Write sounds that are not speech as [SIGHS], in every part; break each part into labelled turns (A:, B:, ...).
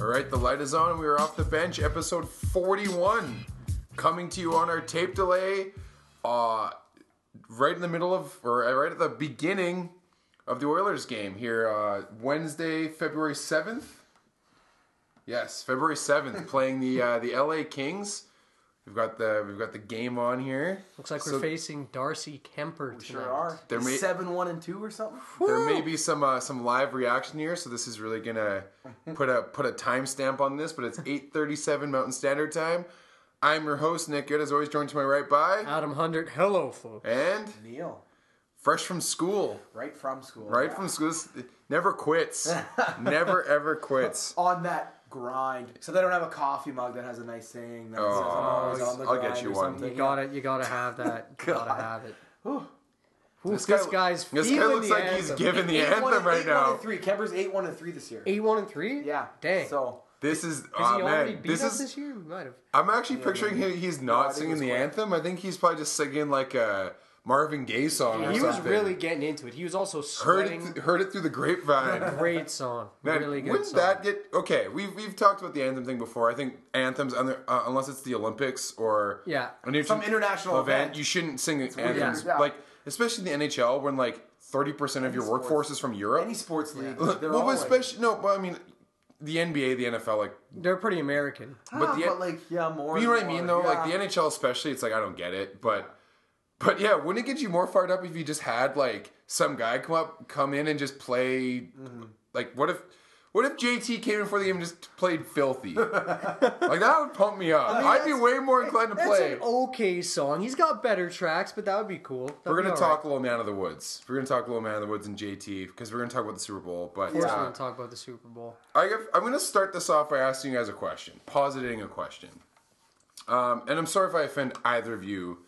A: All right, the light is on, and we are off the bench. Episode 41, coming to you on our tape delay, uh, right in the middle of, or right at the beginning of the Oilers game here, uh, Wednesday, February 7th. Yes, February 7th, [LAUGHS] playing the uh, the LA Kings. We've got the we've got the game on here.
B: Looks like
A: So-
B: we're facing Darcy Kemper tonight.
C: Sure are.
A: There may-
C: seven one and two or something.
A: There may be some uh, some live reaction here, so this is really gonna put a put a timestamp on this.
B: [LAUGHS]
A: But it's eight thirty seven Mountain Standard Time. I'm your host Nick Good, as always, joined to my right by
B: Adam Hundert, hello, folks.
A: and
C: Neil,
A: fresh from school,
C: right from school,
A: right from school. This never
B: [LAUGHS]
A: quits, never ever quits.
C: on that grind. So they don't have a coffee mug that has a nice saying. That says,
A: Oh,
C: "I'm always on the
A: I'll get
C: grind,"
A: you
C: or
A: one.
C: something.
A: [LAUGHS]
B: You gotta, you gotta have that. You gotta
C: God.
B: have it.
C: Whew.
B: Whew, Oh, this,
A: guy-
B: guy's
A: this guy
B: feeling
A: looks
B: the
A: like
B: anthem.
A: he's giving the
C: Eight, one,
A: anthem
C: and-
A: right
C: eight, One
A: now.
C: and three. Kemper's eight one and three this year.
B: eight one and three.
C: Yeah.
B: dang.
C: So
A: This is
B: Is
A: oh
B: he already
A: man,
B: beat
A: this
B: us
A: is
B: this year? We might have.
A: I'm actually picturing he, he's not
C: I think
A: singing
C: it's
A: the
C: quick.
A: anthem. I think he's probably just singing like a Marvin Gaye song. or
B: He was
A: something.
B: really getting into it. He was also
A: [LAUGHS] heard it,
B: sweating.
A: th- heard it through the grapevine.
C: [LAUGHS]
B: Great song.
A: [LAUGHS] Man,
B: really good
A: wouldn't
B: song.
A: that get okay? We've we've talked about the anthem thing before. I think anthems, under, uh, unless it's the Olympics or
B: Yeah.
A: an inter-
C: Some international event.
A: you shouldn't sing anthems.
C: Yeah.
A: Like especially in the NHL when like thirty percent of your
C: sports.
A: workforce is from Europe.
C: any sports league, they're
A: well, but
C: all like-
A: especially no, but I mean the NBA, the NFL, like
B: They're pretty American.
A: but
C: Ah,
A: the-
C: but like yeah, more.
A: you know what
C: and
A: I mean
C: more,
A: though. Like
C: yeah.
A: the NHL, especially, it's like I don't get it, but. But yeah, wouldn't it get you more fired up if you just had like some guy come up, come in and just play? Like, what if, what if JT came in for the game and just played filthy? like that would pump me up. I
C: mean,
A: would be
C: that's-
A: way more inclined to
B: That's
A: play.
B: an okay song. He's got better tracks, but that would be cool. That'd
A: We're
B: be
A: gonna
B: all right.
A: talk a little man of the woods. We're gonna talk a little man of the woods and JT because we're gonna talk about the Super Bowl. But
B: Of course, we're
A: uh,
B: gonna talk about the Super Bowl.
A: I have, I'm going to start this off by asking you guys a question, positing a question. Um, and I'm sorry if I offend either of you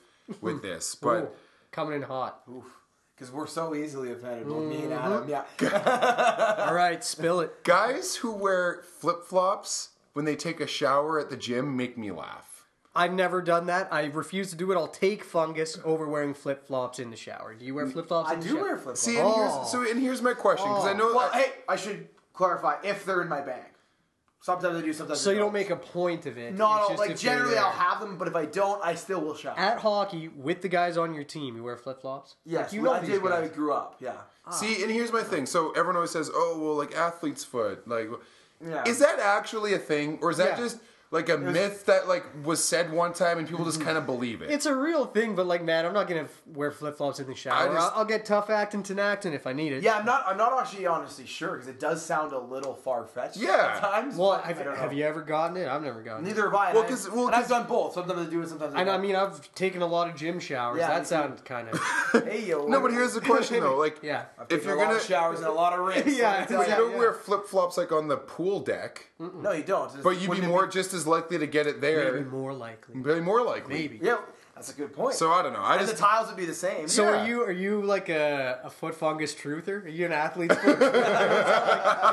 A: with this,
B: Ooh,
A: but
B: coming in hot.
A: [LAUGHS]
C: because we're so easily offended. Both
B: Mm-hmm.
C: me and Adam. Yeah.
B: All right, spill it.
A: guys who wear flip flops when they take a shower at the gym make me laugh.
B: I've never done that. I refuse to do it. I'll take fungus over wearing flip flops in the shower. Do you wear flip flops?
C: [LAUGHS] I
B: in the
C: do
B: shower?
C: wear flip flops.
A: See, and here's, so and here's my question because I know
C: Oh. well,
A: I-
C: hey, I should clarify if they're in my bag. Sometimes I do. Sometimes
B: So
C: I
B: you don't make a point of it. It's
C: No, no.
B: just
C: Like
B: if you're
C: generally,
B: there.
C: I'll have them, but if I don't, I still will shout.
B: at hockey with the guys on your team. You wear flip flops.
C: Yes,
B: like, you
C: well,
B: know
C: I
B: these
C: did when I
B: guys.
C: grew up. Yeah.
A: see, and here's my thing. So everyone always says, "Oh, well, like athlete's foot." Like,
C: Yeah.
A: is that actually a thing, or is that
C: Yeah.
A: just like a myth that like was said one time and people just kind of believe it?
B: It's a real thing, but like, man, I'm not gonna f- wear flip flops in the
A: I
B: shower.
A: just-
B: I'll, I'll get tough acting to acting if I need it.
C: Yeah, I'm not. I'm not actually honestly sure because it does sound a little far fetched.
A: Yeah.
C: Sometimes.
B: Well,
C: but I
B: have,
C: don't know.
B: have you ever gotten it? I've never gotten it.
C: Neither have I.
A: Well,
C: and
A: 'cause-
C: I-
A: well,
C: and I've
A: 'cause-
C: done both. Sometimes I do it. Sometimes I
B: And I
C: don't.
B: mean, I've taken a lot of gym showers.
C: Yeah, me
B: that
C: too.
B: sounds kind of
C: [LAUGHS] hey yo.
A: no, but here's
C: [LAUGHS]
A: the question though. Like,
B: yeah.
A: if you're
C: a lot
A: gonna
C: of showers and a lot of rinse.
B: Yeah,
C: let me tell
A: But you
B: Yeah,
A: don't
B: yeah.
A: wear flip flops like on the pool deck,
C: No, you don't. It's-
A: but you'd be
C: wouldn't it
A: more just as likely to get it there.
B: Maybe more likely.
A: Maybe more likely.
B: Maybe.
C: Yeah, that's a good point.
A: So I don't know. I
C: and the
A: just
C: tiles would be the same.
B: So
A: Yeah.
B: are you are you like a, a foot fungus truther? Are you an athlete? foot truther?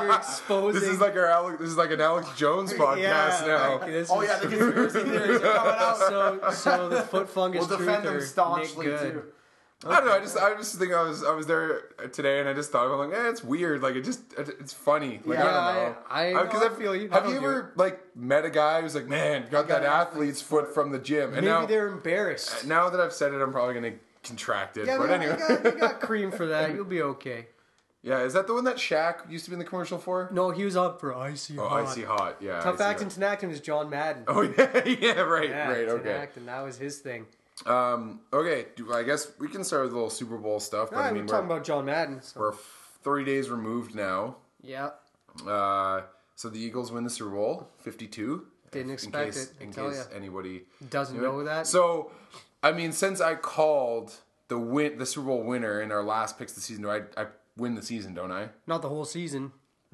A: [LAUGHS]
B: You're exposing.
A: this is like our Alex, this is like an
B: [LAUGHS]
A: Alex Jones podcast now.
B: like, this
C: oh
B: is-
C: yeah, the conspiracy theories are coming out.
B: so so the foot fungus
C: We'll defend them
B: truther,
C: staunchly
B: Nick Good.
C: too.
A: I don't know. I just I just think I was I was there today and I just thought I'm like, eh, it's weird. Like it just it- it's funny. Like
C: Yeah,
A: I don't know.
B: I- I- no, I feel you. I
A: Have
B: don't
A: you
B: do
A: ever like met a guy who's like, man, got that
C: an
A: athlete's foot from the gym, and
B: Maybe
A: now
B: they're embarrassed.
A: now that I've said it, I'm probably gonna contract it.
B: Yeah,
A: but
B: we,
A: anyway,
B: got, we got cream for that. You'll be okay.
A: yeah, is that the one that Shaq used to be in the commercial for?
B: No, he was up for icy
A: Oh,
B: hot.
A: I see hot. Yeah.
B: Tough
A: I see
B: acting
A: hot.
B: to acting is John Madden.
A: [LAUGHS] Oh yeah, [LAUGHS] yeah, right,
B: yeah,
A: right, okay.
B: Acting, that was his thing.
A: Um, okay. Do, I guess we can start with a little Super Bowl stuff. But
B: All
A: I
B: right,
A: mean,
B: we're
A: we're,
B: talking about John Madden. So.
A: we're f- three days removed now.
B: Yeah,
A: Uh, so the Eagles win the Super Bowl, fifty-two.
B: Didn't
A: In
B: expect
A: case-
B: it, I
A: in
B: tell
A: case
B: ya.
A: anybody
B: doesn't
A: knew it.
B: know that.
A: So, I mean, since I called the win, the Super Bowl winner in our last picks of the season, do I, I win the season, don't I?
B: Not the whole season.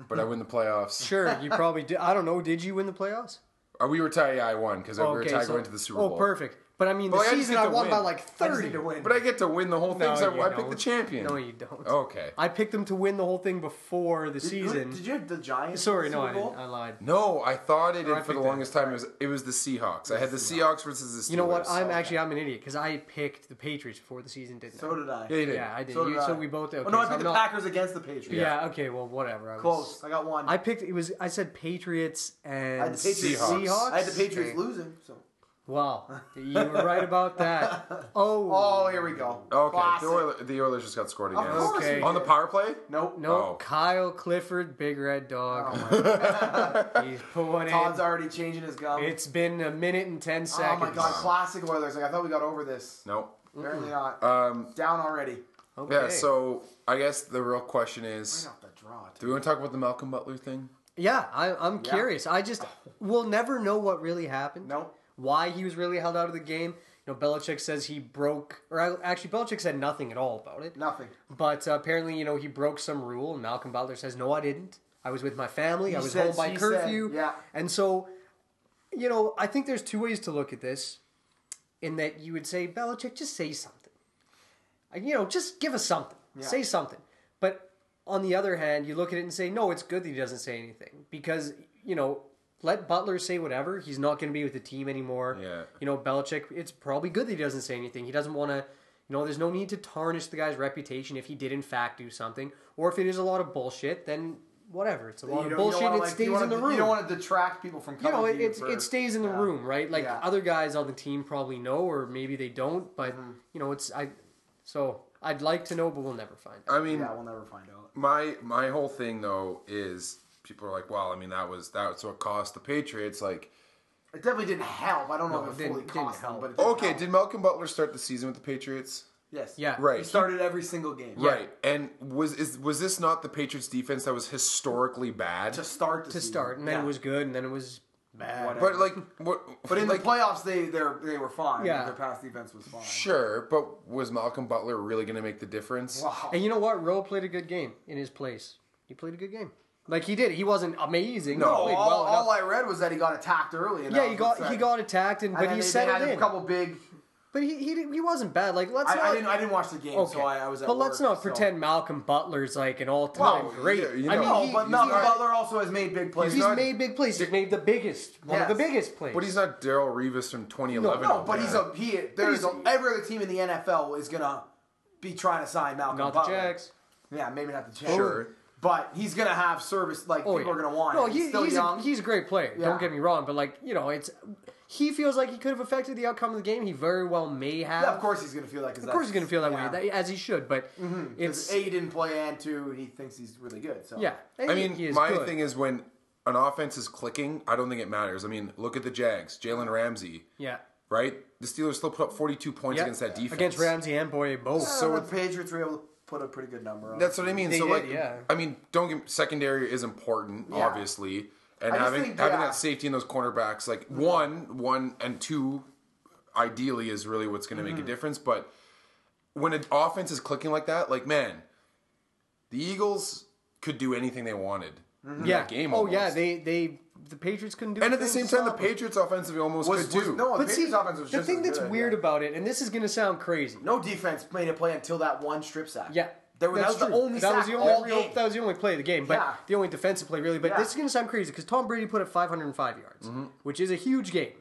A: But I win the playoffs.
B: [LAUGHS] Sure, you probably did. I don't know. Did you win the playoffs?
A: Uh, we were tied. Yeah, I won because we were tied
B: so-
A: going to the Super
B: oh,
A: Bowl.
B: perfect. But I mean,
A: Well, I
B: the
A: just
B: season
A: need
B: I
A: to
B: won by
A: win.
B: like
C: I just need
B: thirty.
C: to win.
A: But I get to win the whole thing,
B: No,
A: so
B: you
A: I, I picked
B: don't.
A: the champion.
B: No, you don't.
A: Okay.
B: I picked them to win the whole thing before the
C: Oh, Did- who-
B: season.
C: Did you have the Giants?
B: Sorry,
C: in the
B: no, I
C: Super Bowl?
B: didn't. I lied.
A: No, I thought it
B: No, I
A: in for the
B: picked that.
A: longest time. It was it was the Seahawks. I had the Seahawks versus the Steelers.
B: You know what? I'm
A: So-
B: actually I'm an idiot because I picked the Patriots before the season, didn't
C: So
B: I?
C: did I.
A: Yeah, you did.
B: Yeah, I did.
C: So, did
B: You-
C: I.
B: so we both. Okay,
C: oh, no, I
B: so
C: picked
B: I'm
C: the
B: not-
C: Packers against the Patriots.
B: Yeah. Okay. Well, whatever. I was,
C: Close. I got one.
B: I picked it was I said Patriots and
C: I had the Patriots.
A: Seahawks.
B: Seahawks?
C: I had the Patriots
B: Okay.
C: losing. So.
B: Wow, you were right about that. Oh,
C: [LAUGHS] Oh, here we go.
A: Okay,
C: Classic.
A: the Oilers, the Oilers just got scored
C: Of
A: again.
C: course
B: Okay.
C: we
A: On the
C: did.
A: power play?
C: Nope.
B: no,
A: Oh.
B: Kyle Clifford, big red dog.
C: Oh my
B: He's put
C: [LAUGHS]
B: one
C: Todd's
B: in.
C: already changing his gum.
B: It's been a minute and ten
C: oh
B: seconds.
C: my god, classic Oilers. Like I thought we got over this.
A: No.
C: Apparently not.
B: Uh,
A: Um,
C: Down already.
B: Okay.
A: yeah, so I guess the real question is
C: Right off the draw.
A: do we want to talk about the Malcolm Butler thing?
B: yeah, I, I'm curious. I just we'll never know what really happened.
C: Nope.
B: why he was really held out of the game. You know, Belichick says he broke, or uh, actually, Belichick said nothing at all about it.
C: Nothing.
B: But uh, apparently, you know, he broke some rule, and Malcolm Butler says, "No, I didn't. I was with my family. I was
C: said-
B: home by
C: she
B: curfew."
C: said, yeah.
B: And so, you know, I think there's two ways to look at this. In that you would say, Belichick, just say something. Uh, You know, just give us something. Say something. But on the other hand, you look at it and say, no, it's good that he doesn't say anything because you know, let Butler say whatever. He's not going to be with the team anymore.
A: Yeah.
B: You know, Belichick. It's probably good that he doesn't say anything. He doesn't want to. You know, there's no need to tarnish the guy's reputation if he did in fact do something, or if it is a lot of bullshit, then whatever. It's a lot
C: You
B: of
C: don't- you
B: bullshit.
C: don't wanna,
B: It
C: like, you
B: stays
C: wanna-
B: in the room
C: You don't want to detract people from
B: you
C: coming.
B: know,
C: to
B: it, it's,
C: for-
B: it stays in the
C: Yeah.
B: room, right? Like
C: Yeah.
B: other guys on the team probably know, or maybe they don't. But
C: Mm-hmm.
B: you know, it's I. So I'd like to know, but we'll never find out.
A: I mean,
C: Yeah, we'll never find out.
A: my my whole thing though is people are like, well, I mean, that was that's what cost the Patriots. Like,
C: It definitely didn't help. I don't know
B: No,
C: if
B: it
C: it fully
B: didn't- didn't
C: cost them,
B: help.
C: but it didn't
A: okay,
C: help.
A: did Malcolm Butler start the season with the Patriots?
C: yes,
B: Yeah.
A: Right.
C: He started every single game.
A: Right. And was is was this not the Patriots defense that was historically bad?
C: to start the
B: to
C: season.
B: start, and then
C: Yeah.
B: it was good, and then it was bad.
C: Whatever.
A: but like what
C: But in
A: like,
C: the playoffs, they they they were fine.
B: Yeah.
C: their past defense was fine.
A: Sure, but was Malcolm Butler really going to make the difference?
C: Wow.
B: And you know what? Rowe played a good game in his place. He played a good game. Like he did. He wasn't amazing.
A: No,
B: he
C: all,
B: played well enough.
C: all I read was that he got attacked early. And
B: yeah,
C: that
B: he
C: was
B: got
C: upsetting.
B: he got attacked, and,
C: And
B: but
C: then
B: he
C: they,
B: settled
C: they had
B: in.
C: a couple big.
B: But he, he didn't- he wasn't bad. Like let's
C: I,
B: not.
C: I didn't I didn't watch the game, so I, I was at
B: but
C: work,
B: let's not
C: so-
B: pretend Malcolm Butler's like an all-time
A: Well,
B: great.
A: yeah, you
B: I
A: know-
B: mean,
C: No,
B: he-
C: but
B: he's
C: Malcolm
B: not-
C: Butler also has made big plays.
B: He's
A: not-
B: made big plays. He's made the biggest, one of the
C: Yes.
B: biggest plays.
A: But he's not Daryl Revis from 2011.
C: no, but
A: Yeah.
C: he's a he. There's a, every other team in the NFL is gonna be trying to sign Malcolm
B: not the
C: Butler.
B: Jags.
C: Yeah, maybe not the Jags.
A: Sure.
C: but he's gonna have service. Like
B: Oh,
C: people
B: yeah.
C: are gonna want.
B: No,
C: him.
B: he-
C: he's still
B: he's
C: young.
B: A, he's a great player.
C: Yeah.
B: Don't get me wrong, but like you know, it's he feels like he could have affected the outcome of the game. He very well may have.
C: yeah, of course he's gonna feel like.
B: Of course he's going to feel that way, that- as he should. But
C: Mm-hmm.
B: it's
C: A he didn't play, and two he thinks he's really good. So
B: yeah.
A: I mean, my thing is when an offense is clicking, I don't think it matters. I mean, look at the Jags, Jalen Ramsey,
B: yeah,
A: right? The Steelers still put up 42 points
B: yeah.
A: against that defense.
B: against Ramsey and Boye both.
C: So the Patriots were able to put a pretty good number on.
A: Uh, That's what I mean.
B: They
A: so
B: did,
A: like,
B: yeah.
A: I mean, don't get secondary is important, obviously, and
C: just
A: having
C: think,
A: having
C: yeah.
A: that safety in those cornerbacks, like one, one and two, ideally is really what's going to
B: Mm-hmm.
A: make a difference. But when an offense is clicking like that, like man, the Eagles could do anything they wanted. in
B: yeah.
A: that game.
B: oh
A: almost.
B: yeah, they they the Patriots couldn't do.
A: and at the
B: anything
A: same time,
B: to
A: the
B: stop 'em.
A: Patriots offensively almost
C: was,
A: could
C: was
A: too.
C: no the
B: But see,
C: Patriots offense was
B: the
C: just
B: thing
C: as
B: that's
C: good,
B: weird
C: yeah.
B: about it, and this is going to sound crazy.
C: no defense made a play until that one strip sack.
B: Yeah.
C: there was, that
B: that's
C: was the
B: true.
C: only
B: that
C: sack
B: was the only
C: all
B: real
C: game.
B: that was the only play of the game, but
C: Yeah.
B: the only defensive play really. But
C: Yeah. Mm-hmm.
B: this is gonna sound crazy because Tom Brady put up 505 yards, which is a huge game,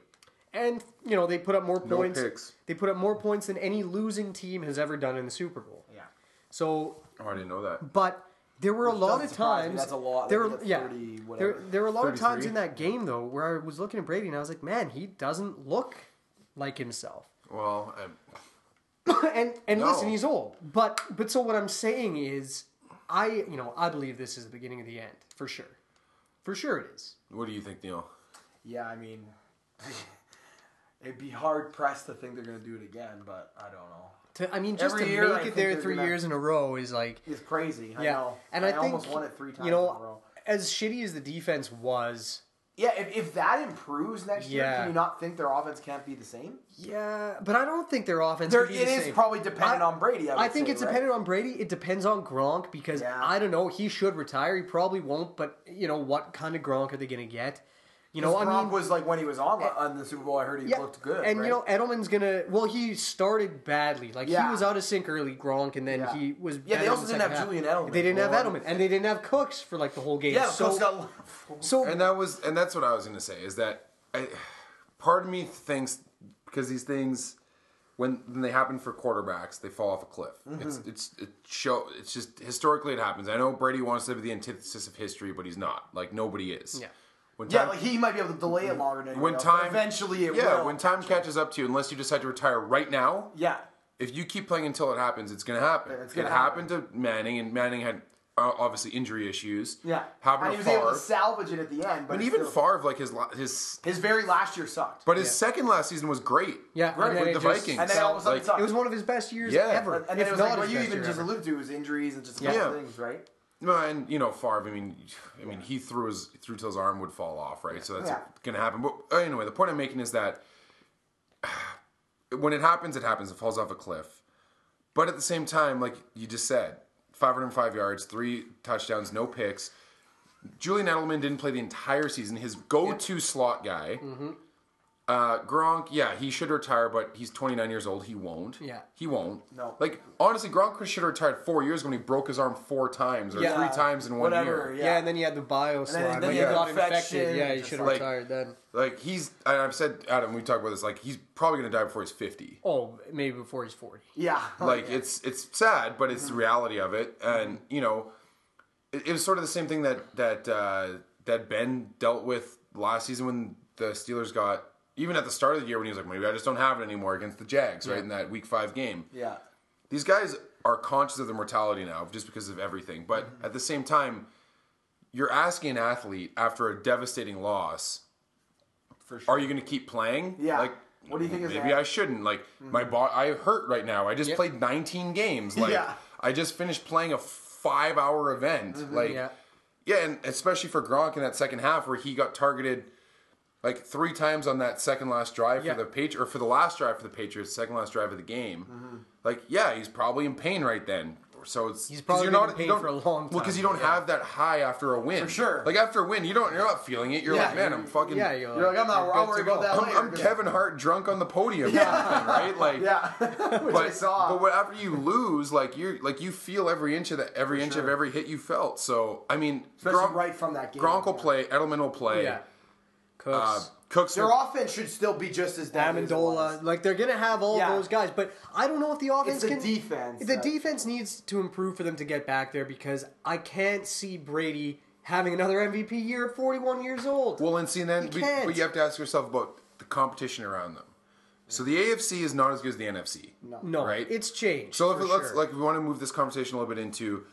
B: and you know they put up more points.
A: picks.
B: They put up more points than any losing team has ever done in the Super Bowl.
C: yeah.
B: So,
A: oh, I didn't know that.
B: but there were a lot
C: doesn't
B: of
C: surprise me.
B: times.
C: That's a lot.
B: There
C: Like,
B: were
C: that's
B: yeah.
C: 30,
B: there,
C: whatever.
B: there were a lot of times
A: 33?
B: in that game though where I was looking at Brady and I was like, man, he doesn't look like himself
A: Well, um,
B: [COUGHS] and and
A: No.
B: listen, he's old. But but so what I'm saying is, I you know I believe this is the beginning of the end for sure, for sure it is.
A: what do you think, Neil?
C: Yeah, I mean, [LAUGHS] it'd be hard pressed to think they're gonna do it again, but I don't know.
B: To, I mean, just
C: Every
B: to
C: year, I
B: make
C: think
B: it there
C: they're
B: 3
C: gonna-
B: years in a row is like
C: It's crazy. I
B: yeah,
C: know.
B: and I, think
C: almost won it three times
B: You know,
C: in a row.
B: as shitty as the defense was,
C: Yeah, if, if that improves next year,
B: Yeah.
C: can you not think their offense can't be the same?
B: yeah, but I don't think their offense.
C: There,
B: could
C: it
B: be
C: is
B: the same.
C: probably dependent
B: I-
C: on Brady. I, would
B: I think
C: say,
B: it's
C: right?
B: dependent on Brady. It depends on Gronk because
C: Yeah.
B: I don't know. He should retire. He probably won't. But you know what kind of Gronk are they going to get? You know, I
C: Brock
B: mean, Eh,
C: was like when he was on on the Super Bowl. I heard he
B: yeah,
C: looked good.
B: And
C: right?
B: you know, Edelman's gonna. Well, he started badly. Like
C: Yeah.
B: he was out of sync early, Gronk, and then
C: Yeah.
B: he was.
C: Yeah, they
B: better in
C: also
B: the
C: didn't
B: second
C: have
B: half.
C: Julian Edelman
B: They didn't have
C: for one.
B: Edelman, and they didn't have Cooks for like the whole game.
C: yeah,
B: so
C: Coach got
B: so
A: And that was, and that's what I was going to say is that I, part of me thinks because these things, when, when they happen for quarterbacks, they fall off a cliff.
C: Mm-hmm.
A: It's it's it show. It's just historically it happens. I know Brady wants to be the antithesis of history, but he's not. Like nobody is.
B: Yeah.
A: When
C: yeah,
A: time-
C: like he might be able to delay it longer than
A: when
C: anyone else, but
A: time
C: eventually it
A: yeah
C: will.
A: when time catches up to you unless you decide to retire right now
C: yeah,
A: if you keep playing until it happens it's gonna happen
C: It's gonna
A: it happened to Manning and Manning had uh, obviously injury issues
C: yeah, and
A: happened
C: he
A: to
C: was able
A: Favre
C: to salvage it at the end. But
A: and
C: it's
A: even
C: still-
A: Favre like his la- his
C: his very last year sucked.
A: but his second last season was great
B: yeah,
C: Right,
B: and then
C: with
B: it
A: the
B: just-
A: Vikings
C: and then all of a sudden
A: Like,
C: it sucked.
B: It was one of his best years
A: Yeah.
B: ever.
C: and then
B: if
C: it was
B: not
C: like what
B: his
C: you
B: best
C: even
B: year
C: just
B: ever.
C: alluded to was injuries and just a couple
A: Yeah.
C: things, right?
A: No, and you know Favre. I mean, I mean, he threw his threw till his arm would fall off, right? So that's
C: Yeah.
A: gonna happen. But uh, anyway, the point I'm making is that [SIGHS] when it happens, it happens. It falls off a cliff. But at the same time, like you just said, 505 yards, three touchdowns, no picks. Julian Edelman didn't play the entire season. His go-to slot guy,
C: Mm-hmm.
A: uh, Gronk. Yeah, he should retire, but he's 29 years old. He won't.
B: Yeah.
A: he won't.
C: No.
A: like honestly, Gronk should have retired four years ago when he broke his arm four times or
B: Yeah.
A: three times in one
C: Whatever,
A: year.
B: yeah. and then he had the bio slide.
C: then
B: When
C: he
B: he
C: had
B: got
C: infection,
B: infected, yeah, he
C: just
B: should have
A: like-
B: retired then.
A: Like he's, and I've said, Adam, we talked about this. Like he's probably gonna die before he's fifty.
B: Oh, maybe before he's forty.
C: Oh, Yeah,
A: [LAUGHS]
C: [LAUGHS]
A: Like it's it's sad, but it's the reality of it. And you know, it, it was sort of the same thing that that uh, that Ben dealt with last season when the Steelers got. Even at the start of the year, when he was like, "Maybe I just don't have it anymore" against the Jags, right in that Week Five game,
C: yeah,
A: these guys are conscious of their mortality now just because of everything. But at the same time, you're asking an athlete after a devastating loss,
C: for sure.
A: are you going to keep playing?
C: Yeah.
A: Like,
C: What do you think is
A: Maybe
C: that? Mm-hmm.
A: I shouldn't. Like, my body, I hurt right now. I just
B: Yep.
A: played 19 games. Like,
C: [LAUGHS] Yeah.
A: I just finished playing a five hour event.
C: Mm-hmm,
A: Like,
B: Yeah.
A: yeah. and especially for Gronk in that second half where he got targeted like three times on that second last drive
B: Yeah.
A: for the Patri- or for the last drive for the Patriots, second last drive of the game.
C: Mm-hmm.
A: Like, yeah, he's probably in pain right then. So it's
B: He's
A: 'cause
B: probably
A: you're
B: been
A: not
B: in pain
A: you don't-
B: for a long
A: Well, because
B: time,
A: you don't have that high after a win. For
C: sure.
A: Like after a win, you don't you're not feeling it. You're
C: Yeah,
A: like, man, I'm fucking
B: Yeah, you're,
C: You're like, I'm not-
B: you're
C: I'll
B: good
C: worry
B: to
C: about
B: go.
A: I'm,
C: that
A: I'm
C: Later.
A: Kevin Hart drunk on the podium, kind of thing,
C: [LAUGHS]
A: right? Like,
C: yeah, which I
A: but
C: saw.
A: but whatever you lose, like you are like you feel every inch of that, every inch of
C: sure.
A: every hit you felt. So I mean,
C: Especially
A: Gronk,
C: right from that game.
A: Gronk will
C: yeah.
A: play, Edelman will play,
B: Yeah.
A: uh,
B: Cooks.
A: Cooks
C: Their
A: will-
C: offense should still be just as dominant. as it was.
B: Amendola, like they're gonna have all
C: Yeah.
B: those guys, but I don't know if the offense
C: It's the
B: can.
C: defense
B: The
C: that-
B: defense needs to improve for them to get back there because I can't see Brady having another MVP year at 41 years old.
A: Well, and see, and then
B: You
A: but,
B: can't.
A: but you have to ask yourself about the competition around them. So the AFC is not as good as the NFC.
B: no,
A: right.
B: it's changed.
A: So if
B: for
A: it- let's
B: sure.
A: like we want to move this conversation a little bit into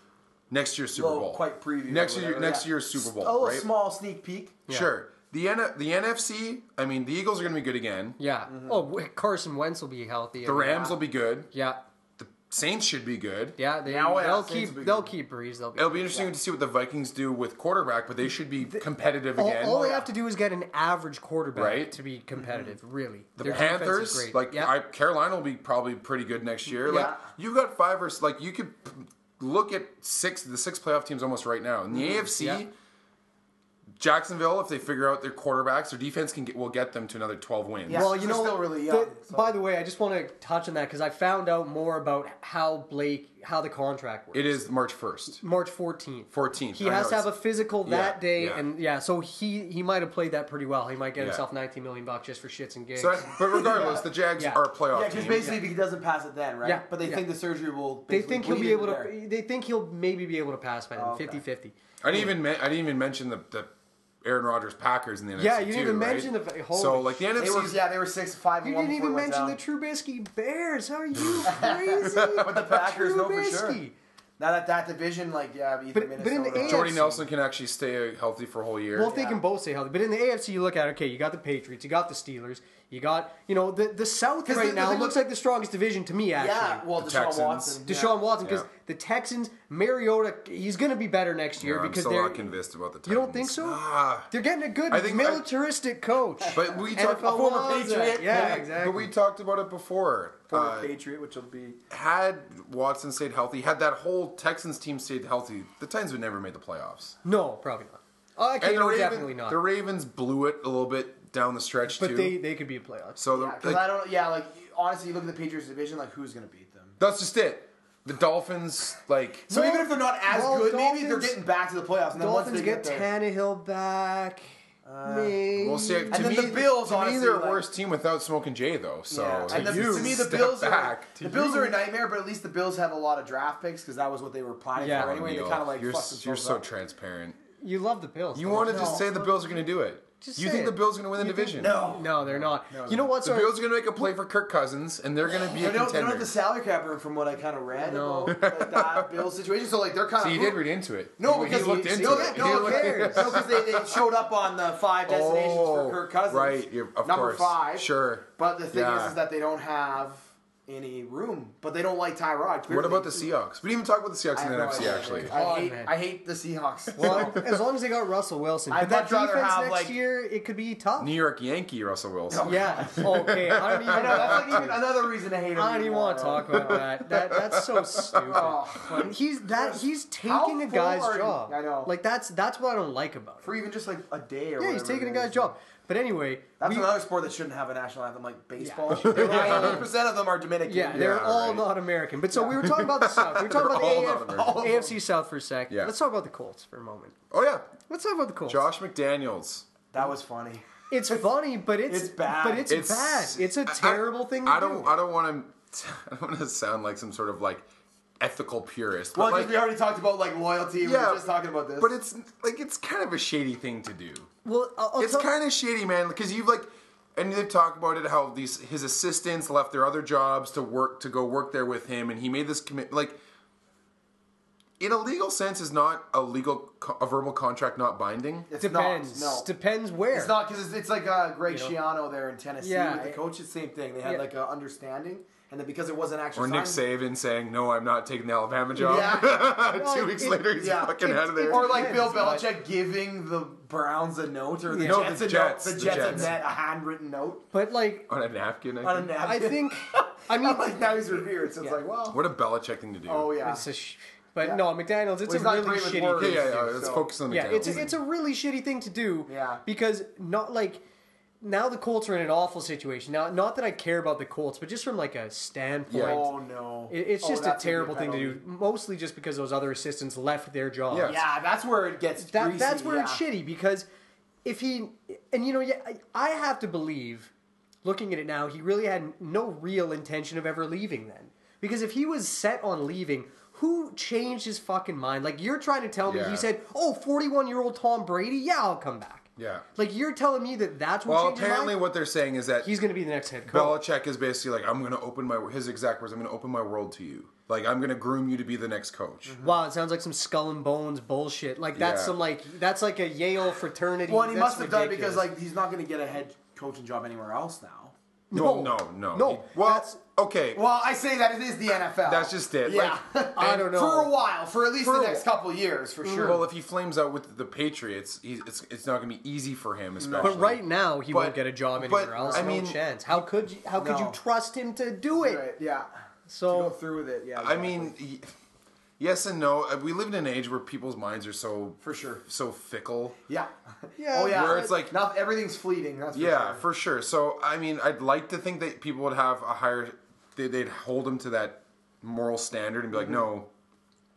A: next year's Super
C: Little
A: Bowl,
C: quick preview or
A: next year,
C: whatever,
A: next
C: yeah. Oh,
A: year's Super Bowl,
C: A little
A: right?
C: small sneak peek.
A: Sure. The N- the NFC. I mean, the Eagles are going to be good again.
B: yeah.
C: Mm-hmm.
B: Oh, w- Carson Wentz will be healthy.
A: The Rams will be good.
B: Yeah,
A: The Saints should be good.
B: yeah. They,
C: Now, yeah,
B: they'll
C: Saints
B: keep.
C: will be
B: They'll
C: good.
B: keep Breeze. They'll be.
A: It'll be interesting to see what the Vikings do with quarterback, but they should be competitive
B: All,
A: again.
B: all
C: Oh,
B: they have to do is get an average quarterback
A: Right.
B: to be competitive.
C: Mm-hmm.
B: Really,
A: the
B: Their defense is
A: Panthers,
B: great.
A: like
B: yeah.
A: I, Carolina, will be probably pretty good next year. Like
C: Yeah.
A: you've got five or s- like you could p- look at six the six playoff teams almost right now in the AFC.
B: Mm-hmm. Yeah.
A: Jacksonville, if they figure out their quarterbacks, their defense can get will get them to another twelve wins.
C: Yeah.
B: Well, you
C: They're
B: know,
C: still really
B: the-
C: young, so-
B: by the way, I just want to touch on that because I found out more about how Blake, how the contract works.
A: It is March first,
B: March 14th.
A: fourteenth.
B: He has to have a physical that
A: yeah,
B: day,
A: yeah.
B: and yeah, so he he might have played that pretty well. He might get
A: Yeah.
B: himself 19 million bucks just for shits and gigs.
A: So, but regardless, the Jags
B: Yeah.
A: are a playoff
C: Yeah,
A: team.
C: because basically if he doesn't pass it then, right?
B: Yeah,
C: But they
B: yeah.
C: think the surgery will.
B: they
C: basically
B: think he'll
C: bleed
B: be able
C: into there. Oh,
B: to. They think he'll maybe be able to pass by then,
C: Okay.
B: 50 50.
A: I
B: Hmm.
A: didn't even men- I didn't even mention the, the Aaron Rodgers Packers in the NFC.
B: Yeah, you didn't even
A: too, right?
B: mention the- holy
A: so like the
C: They were,
A: NFC.
C: yeah, they were six five.
B: You
C: and one
B: didn't
C: before
B: even
C: he went
B: mention the
C: down.
B: Trubisky Bears. How are
C: [LAUGHS]
B: you crazy? With the
C: Packers, no, for sure. Now that that division, like yeah, either
B: But- but in the
C: Minnesota.
B: AFC
A: Jordy
B: AFC.
A: Nelson can actually stay healthy for a whole year.
B: Well, if they
C: Yeah.
B: can both stay healthy, but in the AFC, you look at okay, you got the Patriots, you got the Steelers, you got you know the the South
C: 'Cause
B: right
C: the- the
B: now
C: thing
B: looks
C: with-
B: like the strongest division to me actually.
C: yeah, well,
A: The
C: Deshaun
A: Texans.
C: Watson. yeah.
B: Deshaun Watson because
A: Yeah.
B: the Texans, Mariota, he's going to be better next year
A: Yeah, I'm
B: because
A: still
B: they're
A: not convinced about the Titans.
B: you don't think so?
A: Ah.
B: they're getting a good
A: I think- I-
B: militaristic coach.
A: But we
B: NFL
A: talked
B: former
A: loves it.
B: Patriot. Yeah,
A: But-
B: exactly.
A: But we talked about it before.
C: Former
A: Uh,
C: Patriot, which will be
A: had Watson stayed healthy, had that whole Texans team stayed healthy, the Titans would never made the playoffs.
B: no, probably not. Oh, okay,
A: And the
B: no,
A: Raven-
B: definitely not.
A: The Ravens blew it a little bit down the stretch
B: but
A: too.
B: they, they could be a playoff.
A: so the,
C: Yeah, because
A: like,
C: I don't. Yeah, like honestly, you look at the Patriots division. Like, who's gonna beat them?
A: that's just it. The Dolphins like
C: So
B: Well,
C: even if they're not as
B: well,
C: good, maybe they're
B: Dolphins-
C: getting back to the playoffs. And then once
B: Dolphins
C: they
B: get
C: get, there, Uh,
B: Tannehill back. maybe.
A: we'll see. To
C: then
A: me,
C: the Bills,
A: to
C: honestly,
A: me, they're a
C: like-
A: worse team without smoking Jay though. So
C: Yeah.
A: to,
C: And the,
A: you,
C: to me, the
A: step
C: Bills
A: back.
C: are the Bills are a nightmare, but at least the Bills have a lot of draft picks because that was what they were planning
B: Yeah.
C: for anyway. They
A: Neil,
C: kind of like
A: you're,
C: fucked
A: s- you're
C: themselves
A: so
C: up.
A: transparent.
B: You love the Bills.
A: You
B: don't
A: want to
B: you?
A: just
C: No.
A: say the Bills are going to do it.
B: Just
A: you
B: say
A: think the
B: it.
A: Bills are going to win the
B: You think-
A: division?
C: no, no,
B: No, they're not.
C: No,
B: you know
C: no.
B: what?
A: The
B: Sorry.
A: Bills are going to make a play for Kirk Cousins, and they're going to be a
C: they don't, they don't
A: contender.
C: have the
A: So
C: salary cap room from what I kind of read
B: No.
C: about
A: [LAUGHS]
C: like, that Bills situation. So like they're kind of
A: you did read into it.
C: No,
A: he,
C: because
A: he looked
C: he-
A: into
C: no,
A: it.
C: no
A: He
C: one
A: looked-
C: cares. no, because they, they showed up on the five destinations
A: Oh,
C: for Kirk Cousins.
A: Right, you're- of
C: number
A: course.
C: five.
A: Sure.
C: But the thing
A: Yeah.
C: is, is that they don't have any room. But they don't like Tyrod. Clearly.
A: What about the Seahawks? We didn't even talk about the Seahawks
C: I
A: in
C: have
A: the
C: no
A: NFC
C: idea.
A: actually.
C: I hate,
B: Oh, man.
C: I hate the Seahawks.
B: Well, as long as they got Russell Wilson, but
C: I'd
B: that
C: much rather
B: defense
C: have,
B: next
C: like-
B: year it could be tough.
A: New York Yankee Russell Wilson.
B: Yeah. Okay. I don't even.
C: I know that's like even
A: [LAUGHS]
C: another reason to hate
B: [LAUGHS]
C: him.
B: I don't even want to talk about that. That that's so stupid.
C: Oh,
B: He's that he's
C: How
B: taking a guy's
C: forward-
B: job.
C: I know.
B: Like that's that's what I don't like about it.
C: for even just like a day or
B: Yeah, he's
C: whatever
B: taking
C: it
B: a guy's
C: is.
B: job. But anyway,
C: That's
B: we-
C: another sport that shouldn't have a national anthem like baseball.
B: [LAUGHS] Yeah.
C: should. 98% of them are Dominican.
B: yeah, they're
A: Yeah,
B: all
A: right.
B: not American. But so we were talking about the South. We were
C: [LAUGHS]
B: talking about
A: all not
B: the
A: American.
B: AF, AFC South for a sec.
A: Yeah.
B: Let's talk about the Colts for a moment.
A: Oh yeah,
B: Let's talk about the Colts.
A: Josh McDaniels.
C: That was funny.
B: It's funny, but it's,
C: It's bad.
B: But it's, bad. It's a
A: I- I-
B: terrible thing. To
A: I don't.
B: Do.
A: I don't want to. [LAUGHS] I don't want to sound like some sort of like ethical purist.
C: Well,
A: but, like,
C: because we already talked about like loyalty. We were just talking about this.
A: But it's like it's kind of a shady thing to do.
B: Well, uh, I'll, I'll
A: It's
B: tell-
A: kind of shady, man, because you've like, and they've talked about it how these his assistants left their other jobs to work to go work there with him, and he made this commit like. In a legal sense, is not a legal co- a verbal contract not binding.
C: it's
B: depends.
C: Not, no.
B: Depends where.
C: It's not because it's, it's like uh, Greg
B: You know?
C: Schiano there in Tennessee
B: Yeah,
C: with the
B: I-
C: coach. It's the same thing. They had
B: Yeah.
C: like an understanding, and then because it wasn't actually
A: Or Nick
C: signed-
A: Saban saying, "No, I'm not taking the Alabama job." [LAUGHS]
C: Yeah.
A: Two
B: Well,
A: weeks
B: it-
A: later, he's
C: yeah.
A: fucking out of there.
C: Or like Bill
B: Depends,
C: Belichick giving the Browns a note or the
B: Yeah.
A: No,
C: Jets
A: the
C: a
A: Jets,
C: note.
A: the
C: The Jets,
A: Jets.
C: a net, a handwritten note
B: But like,
A: on a napkin. I
C: on a
A: think.
C: napkin.
B: I
C: [LAUGHS]
B: think. I mean,
C: like now he's revered, so it's
B: Yeah.
C: like well,
A: What a Belichick thing to do.
C: oh yeah.
B: it's a sh- but
C: Yeah.
B: no, McDaniel's. It's
C: Well, he's
B: a
C: not
B: really
C: great with
B: shitty.
C: words.
A: Yeah,
B: Thing.
A: yeah, yeah.
C: So-
A: Let's focus on the
B: Yeah, it's
A: Cowboys.
B: a, it's a really shitty thing to do.
C: Yeah.
B: Because not like now the Colts are in an awful situation. Now, not that I care about the Colts, but just from like a standpoint.
C: Oh no!
B: It, it's
C: Oh,
B: just a
C: that's
B: terrible
C: good
B: thing to
C: penalty.
B: do, mostly just because those other assistants left their jobs.
A: Yeah.
C: Yeah, that's where it gets.
B: That,
C: greasy,
B: that's where
C: yeah.
B: it's shitty because if he and you know yeah I, I have to believe looking at it now he really had no real intention of ever leaving then because if he was set on leaving who changed his fucking mind like you're trying to tell me
A: Yeah.
B: he said oh 41 year old Tom Brady yeah I'll come back
A: Yeah.
B: like you're telling me that that's what
A: Well,
B: changed his
A: apparently,
B: mind?
A: what they're saying is that
B: he's gonna be the next head coach
A: Belichick is basically like, I'm going to open my his exact words. I'm going to open my world to you. Like I'm going to groom you to be the next coach.
B: Wow, it sounds like some skull and bones bullshit. Like that's
A: Yeah.
B: some like that's like a Yale fraternity.
C: Well, and he
B: That's
C: must have done it
B: ridiculous.
C: because like he's not going to get a head coaching job anywhere else now.
A: Well, no, no,
B: no,
A: well,
B: that's-
A: okay,
C: Well, I say that it is the NFL.
A: that's just it.
C: yeah.
A: Like,
C: [LAUGHS]
B: I don't know.
C: for a Mm-hmm. while, for at least
A: For a
C: the next couple years, for sure.
A: well, if he flames out with the Patriots, he's, it's it's not going to be easy for him, especially.
B: But right now, he
A: But-
B: won't get a job
A: but,
B: anywhere else.
A: I
B: I
A: mean-
B: no chance. How could you, how could you
C: No.
B: trust him to do it?
C: Right, yeah. To go
B: So
C: through with it. Yeah.
A: I
C: exactly.
A: mean, y- yes and no. Uh, We live in an age where people's minds are so
C: For sure.
A: so fickle.
C: yeah.
B: Yeah.
C: Oh [LAUGHS] yeah.
A: Where it's like-
C: not everything's fleeting. That's for
A: Yeah,
C: Sure.
A: for sure. So I mean, I'd like to think that people would have a higher, they, they'd hold him to that moral standard and be like,
B: Mm-hmm.
A: no,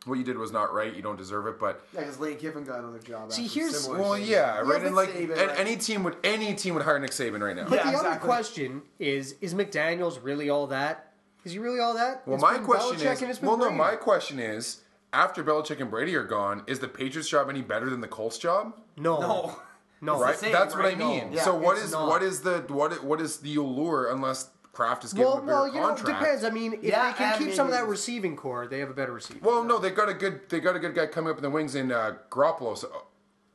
A: what you did was not right. You don't deserve it. But
C: Yeah, because Lane Kiffin got another job.
B: See,
C: after
B: here's-
C: similar
A: well,
C: thing.
A: yeah, right.
C: but
A: And like,
C: Saban,
A: and
C: like-
A: any team would any team would hire Nick Saban right now.
B: but
C: Yeah,
B: the other
C: exactly.
B: question is: Is McDaniel's really all that? Is he really all that?
A: Well,
B: It's
A: my
B: been
A: question
B: Belichick
A: is,
B: and it's been
A: well, no,
B: Brady.
A: my question is, after Belichick and Brady are gone, is the Patriots job any better than the Colts job?
B: no,
C: [LAUGHS] No.
B: no,
A: Right,
C: the same,
A: that's what I
C: right? No.
A: mean.
C: Yeah,
A: so what
B: it's
A: is
B: not.
A: what is the what i- what is the allure unless Kraft is given a
B: Well,
A: bigger
B: well, you know, it
A: contract?
B: depends. I mean, if
C: Yeah,
B: they can
C: and
B: keep some of
C: maybe-
B: that receiving core, they have a better receiver.
A: Well, no, they got a good they got a good guy coming up in the wings in uh, Garoppolo. So,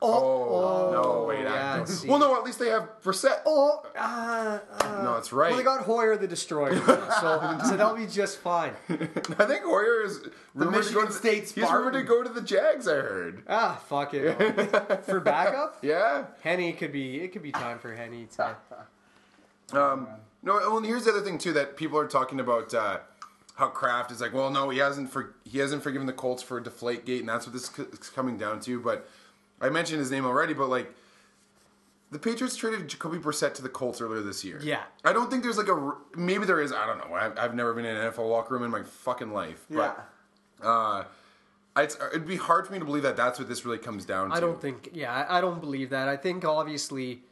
A: oh, no, wait,
B: yeah,
A: I
B: I see.
A: well, no, at least they have Brissett.
B: oh, uh, uh,
A: no, that's right.
B: well, they got Hoyer the Destroyer, so so that'll be just fine.
A: [LAUGHS] I think Hoyer is rumored to go
C: Michigan
A: to the,
C: State
A: He's rumored to
C: Spartan.
A: go to the Jags. I heard.
B: Ah, fuck
A: [LAUGHS]
B: it. For backup,
A: Yeah.
B: Henny could be. It could be time for Henny to.
A: Um, no, well, and here's the other thing too that people are talking about uh, how Kraft is like, well, no, he hasn't for, he hasn't forgiven the Colts for Deflategate, and that's what this c- is coming down to. But I mentioned his name already, but like the Patriots traded Jacoby Brissett to the Colts earlier this year.
B: Yeah.
A: I don't think there's like a r- maybe there is. I don't know. I, I've never been in an NFL locker room in my fucking life.
C: Yeah.
A: But uh, it's, it'd be hard for me to believe that that's what this really comes down to.
B: I don't think. Yeah, I- I don't believe that. I think obviously,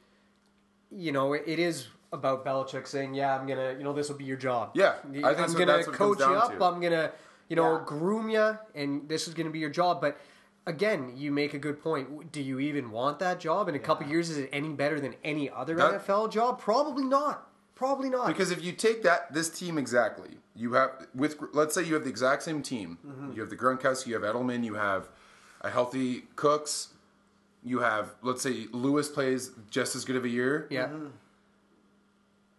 B: you know, it, it is about Belichick saying, "Yeah, I'm gonna, you know, this will be your job.
A: Yeah, I think
B: I am
A: that's what-
B: gonna
A: that's what it comes
B: coach you
A: down
B: up.
A: to.
B: I'm gonna, you know,
C: Yeah.
B: groom you, and this is gonna be your job." But again, you make a good point. Do you even want that job in a couple years? Is it any better than any other
A: That-
B: NFL job? Probably not. Probably not.
A: Because if you take that this team exactly, you have with let's say you have the exact same team.
B: Mm-hmm.
A: You have the Gronkowski, you have Edelman, you have a healthy Cooks, you have let's say Lewis plays just as good of a year,
B: yeah,